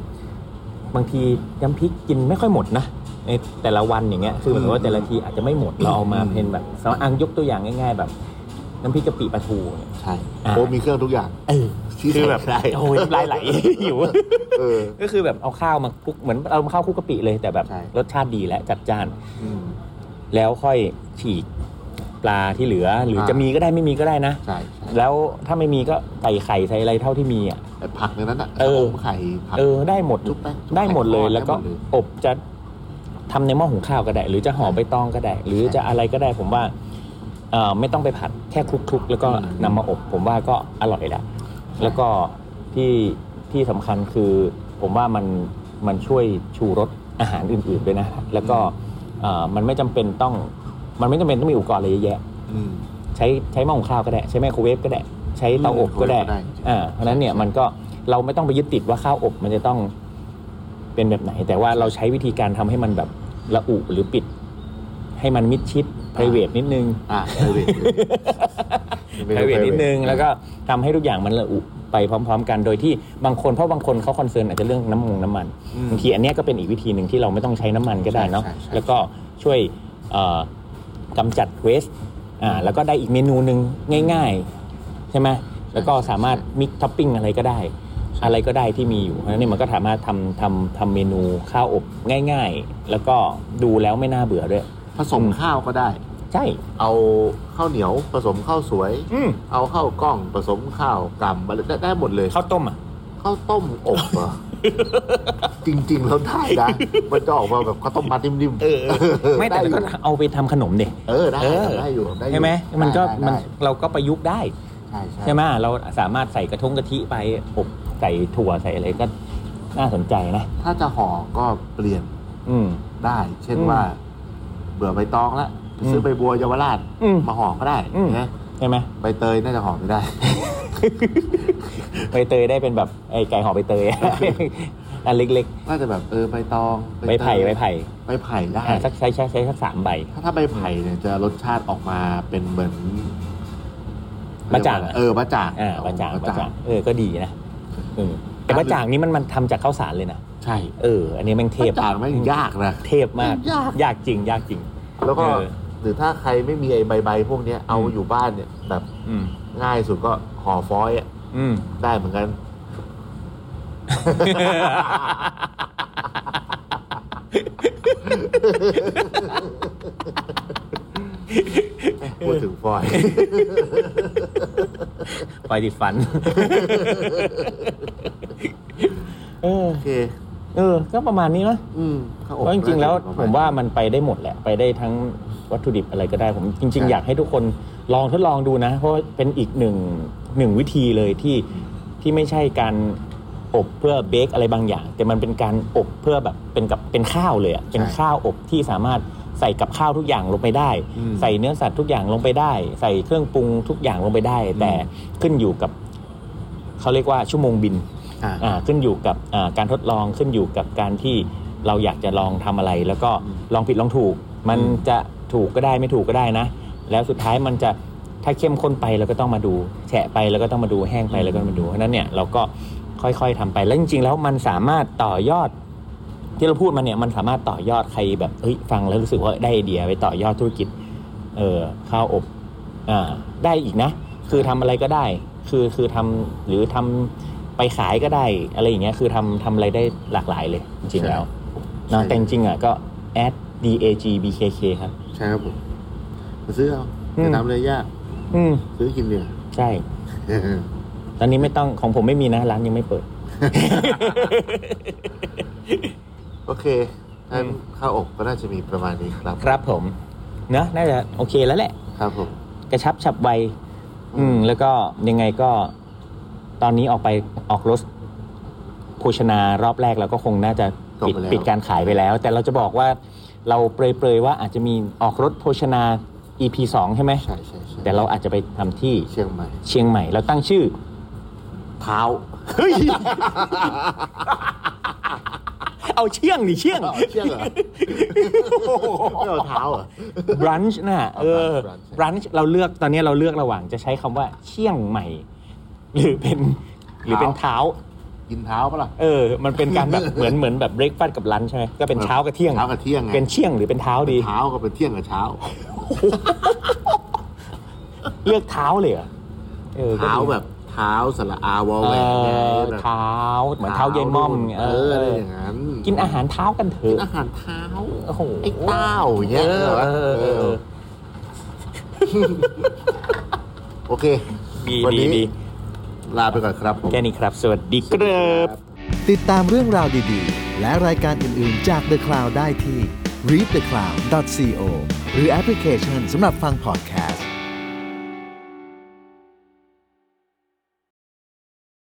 S3: บางทีน้ำพริกกินไม่ค่อยหมดนะในแต่ละวันอย่างเงี้ยคือเหมือนว่าแต่ละทีอาจจะไม่หมดเราเอามา
S2: อืม
S3: เป็นแบบสำหรับอังยกตัวอย่างง่าย ๆ แบบ น้ำพริกกะปิปลาทูเนี่ย
S2: ใช่
S3: อ่า
S2: โอ้มีเครื่องทุกอย่าง
S3: เออ
S2: ที่
S3: คือ
S2: ใส่
S3: แบบ
S2: ได้
S3: โอ้ยลาย (laughs) ไหล หิว
S2: เออ
S3: ก็คือแบบเอาข้าวมาคลุกเหมือนเอาข้าวคลุกกะปิเลยแต่แบบ
S2: ใช่
S3: รสชาติดีและจัดจ้าน
S2: อืม
S3: แล้วค่อยฉีกปลาที่เหลือ หรืออา จะมีก็ได้ไม่มีก็ได้นะ
S2: ใช่ใช่
S3: แล้วถ้าไม่มีก็ใส่ไข่ใส่อะไรเท่าที่มีอ่ะ
S2: แต่ผักในนั้นอ่ะ
S3: เออ
S2: ขนมไข่ผัก
S3: เออได้หมด
S2: จุ๊บปจุ๊บป
S3: ได้หมดเลยแล้วก็
S2: ได้หมดเย
S3: อบจะทำในหม้อหุงข้าวก็ได้ หรือจะห่อใบตองก็ได้ หรือจะอะไรก็ได้ผมว่าเอ่อไม่ต้องไปผัดแค่คลุกๆ แล้วก็
S2: อืม
S3: นำมาอบ ผมว่าก็อร่อยแล้ว แล้วก็ที่ที่สำคัญคือ ผมว่ามันมันช่วยชูรสอาหารอื่นๆด้วยนะ แล้วก็เอ่อมันไม่จำเป็นต้องมันไม่จำเป็นต้องมีอุปกรณ์อะไรเยอะแยะ
S2: อืม
S3: ใช้ใช้หม้อหุงข้าวก็ได้ ใช้ไมโครเวฟก็ได้ ใช้เตาอบก็ได้
S2: ไมโครเวฟก็ได้
S3: อ่าเพราะฉะนั้นเนี่ยมันก็เราไม่ต้องไปยึดติดว่าข้าวอบมันจะต้องเป็นแบบไหน แต่ว่าเราใช้วิธีการทำให้มันแบบระอุหรือปิด ให้มันมิดชิด r i v a t e นิดนึง
S2: อ่า private เลย
S3: p r i v a t e นิดนึง แล้วก็ทำให้ทุกอย่างมันระอุไปพร้อม ๆ กันโดยที่บางคนเพราะบางคนเขาคอนเซิร์นอาจจะเรื่องน้ำมงน้ำมัน
S2: อืม
S3: บางทีอันเนี้ยก็เป็นอีกวิธีหนึ่งที่เราไม่ต้องใช้น้ำมันก็ได้เนาะ
S2: ใช่ใช่ใช่
S3: แล้วก็ช่วยเอ่อกำจัดเวสอ่าแล้วก็ได้อีกเมนูหนึ่งง่าย ๆ ใช่ไหมแล้วก็สามารถมิกท็อปปิ้งอะไรก็ได้ อะไรก็ได้ที่มีอยู่เพราะฉะนั้นเนี่ยมันก็สามารถทำทำทำเมนูข้าวอบง่าย ๆ แล้วก็ดูแล้วไม่น่าเบื่อด้วย
S2: ผสม
S3: อืม
S2: ข้าวก็ได้
S3: ใช่
S2: เอาข้าวเหนียวผสมข้าวสวย
S3: อืม
S2: เอาข้าวกล้องผสมข้าวกล่ำอะไรได้ได้หมดเลย
S3: ข้าวต้มอ่ะ
S2: ข้าวต้มอบเหร
S3: (laughs)
S2: อ จริงๆแล้วได้นะมันจะออกมาแบบข้าวต้มมัดนิ่มๆ
S3: เออ ไม่แต่
S2: ด้
S3: ก็
S2: อยู่
S3: เอาไปทำขนมเด็
S2: เออได้
S3: เออ
S2: ได้อยู่ได้อยู่
S3: ใช่ไหม
S2: ด้
S3: มันก็
S2: ได้
S3: มัน
S2: ได้
S3: เราก็ประยุกต์ได้
S2: ใช่ใช่
S3: ใช่ไหมเราสามารถใส่กระทงกะทิไปอบใส่ถั่วใส่อะไรก็น่าสนใจนะ
S2: ถ้าจะห่อก็เปลี่ยน
S3: อืม
S2: ได้ เช่น
S3: อืม
S2: ว่า เบื่อใบตองละไปซื้อ
S3: ม
S2: ใบบัวเยาวราช
S3: อืม
S2: มาห่อก็ได้
S3: อืม
S2: นะ
S3: ใช่ไหม
S2: ใบเตยน่าจะห่อไม่ได้ (laughs)
S3: ใบเตยได้เป็นแบบไอ้ไก่ห่อใบเต
S2: (laughs)
S3: ย อันเล็ก
S2: น่าจะแบบเออใบตอง
S3: ๆใบไผ่
S2: เตย
S3: ใบไผ่
S2: ใบไผ่ได้
S3: อ่าสักใช้ใช้ใช้สักสามใบ
S2: ถ้าถ้าใบไผ่เนี่ยจะรสชาติออกมาเป็นเหมือน
S3: บะจ่างอะ
S2: เออบะจ่าง
S3: อ่าบะจ่างบะ
S2: บะ
S3: จ่างเออก็ดีนะอืมแต่บะจ่างนี้มันมันทำจากข้าวสารเลยนะ
S2: ใช่
S3: เออ อันนี้แม่งเทพ
S2: บะจ่างไม่งยากนะ
S3: เทพมาก
S2: ยาก
S3: ยากจริง ยากจริง
S2: แล้วก็
S3: เออ
S2: หรือถ้าใครไม่มีไอ้ใบใบๆพวกเนี้ยเอา
S3: อืม
S2: อยู่บ้านเนี่ย แบบ
S3: อืม
S2: ง่ายสุดก็ห่อฟอยล์อะ
S3: อื
S2: (laughs)
S3: ม
S2: ได้เหมือนกัน พูดถึงฟอยล์
S3: ไฟติดฟัน เออ
S2: โอเค
S3: เออ ก็ประมาณนี้นะ
S2: อืมข้าอบ
S3: ก็จริงๆ แล้ว
S2: น่จะ
S3: ผ
S2: ประณ
S3: มว่ามันไปได้หมดแหละ ไปได้ทั้งวัตถุดิบอะไรก็ได้ ผมจริง ๆ อยากให้ทุกคนลองทดลองดูนะ เพราะว่าเป็นอีกหนึ่งหนึ่งวิธีเลยที่ที่ไม่ใช่การอบเพื่อเบคอะไรบางอย่าง แต่มันเป็นการอบเพื่อแบบเป็นกับเป็นข้าวเลยอะเป็นข้าวอบที่สามารถใส่กับข้าวทุกอย่างลงไปได้
S2: อืม
S3: ใส่เนื้อสัตว์ทุกอย่างลงไปได้ ใส่เครื่องปรุงทุกอย่างลงไปได้
S2: อืม
S3: แต่ขึ้นอยู่กับเขาเรียกว่าชั่วโมงบิน
S2: อ่า
S3: อ่าขึ้นอยู่กับอ่าการทดลองขึ้นอยู่กับการที่เราอยากจะลองทำอะไร แล้วก็
S2: อืม
S3: ลองผิดลองถูก มัน
S2: อืม
S3: จะถูกก็ได้ไม่ถูกก็ได้นะ แล้วสุดท้ายมันจะถ้าเข้มข้นไปเราก็ต้องมาดู แฉะไปแล้วก็ต้องมาดูแห้งไปแล้วก็มาดูเพราะฉะนั้นเนี่ยเราก็ค่อยๆทำไปแล้วจริงๆ แล้วมันสามารถต่อยอด ที่เราพูดมาเนี่ยมันสามารถต่อยอดใครแบบเฮ้ยฟังแล้วรู้สึกว่าได้ไอเดียไปต่อยอดธุรกิจ เออข้าวอบอ่าได้อีกนะ คือทำอะไรก็ได้ คือคือทำหรือทำไปขายก็ได้ อะไรอย่างเงี้ยคือทำทำอะไรได้หลากหลายเลย จริงๆแล้ว เนอะแต่จริงๆอ่ะก็ add dagbkk ครับ
S2: ใช่ครับผมมาซื้อเอา
S3: อืม
S2: จะทำเลยยาก
S3: อืม
S2: ซื้อกินเนี่ย
S3: ใช่ ตอนนี้ไม่ต้องของผมไม่มีนะ ร้านยังไม่เปิด
S2: โอเคงั้นข้าวอกก็น่าจะมีประมาณนี้ครับ
S3: ครับผม เนอะน่าจะโอเคแล้วแหละ
S2: ครับผม
S3: กระชับฉับไว อืม แล้วก็ยังไงก็ ตอนนี้ออกไปออกรถโภชนารอบแรกเราก็คงน่าจะ
S2: จบ
S3: ปิด
S2: ไปแล้ว
S3: ปิดการขายไปแล้ว แต่เราจะบอกว่าเราเปรยๆว่าอาจจะมีออกรถโภชนา EP สองใช่ไหม
S2: ใช่ใช่ใช่
S3: แต่เราอาจจะไปทำที่
S2: เชียงใหม่
S3: เชียงใหม่ เราตั้งชื่อ
S2: เท้า
S3: เอาเชียงหรือเชียง
S2: เอาเชี่ยง
S3: (laughs)
S2: เหรอ ไม่เอาเท้าเหรอ
S3: บรันช์น่ะเออ
S2: brunch
S3: บรันช์เราเลือกตอนนี้เราเลือกระหว่างจะใช้คำว่าเชี่ยงใหม่ หรือเป็นหรือเป็นเท้า
S2: กินเท้าปะล่ะ
S3: เออ มันเป็นการแบบ
S2: (laughs)
S3: เหมือนเหมือนแบบเบรกฟาสกับลันใช่ไหมก็เป็นเช้ากับเที่ยง
S2: เช้ากับเที่ยงไง
S3: เป็นเชี่ยงหรือเป็นเท้าดี
S2: เท้าก็เป็นเที่ยงกับเช้า
S3: เลือกเท้าเลยเหรอออก็ดี
S2: เท้าแบบเท้าสระอาวอล
S3: เอ
S2: แหวนไง
S3: อ
S2: แบบ
S3: เท้าเหมือนเท้าเย็นม่อม
S2: เอออะไรอย่างนั้น
S3: กินอาหารเท้ากันเถ
S2: กิน
S3: อะ
S2: อาหารเท้า
S3: โอ้โห
S2: ไอ้เต้าอย่าง
S3: เอ
S2: เงี้ย
S3: อ
S2: เหรอ
S3: เออเอ
S2: เออ
S3: อ
S2: โอเค
S3: ดี
S2: วั
S3: ดี
S2: นี้
S3: ดี
S2: ลาไปก่อนครับผม
S3: แค่นี้ครับ สวัสดีครับ
S1: ติดตามเรื่องราวดีๆ และรายการอื่นๆจาก The Cloud ได้ที่ readthecloud.co หรือแอปพลิเคชันสำหรับฟัง podcast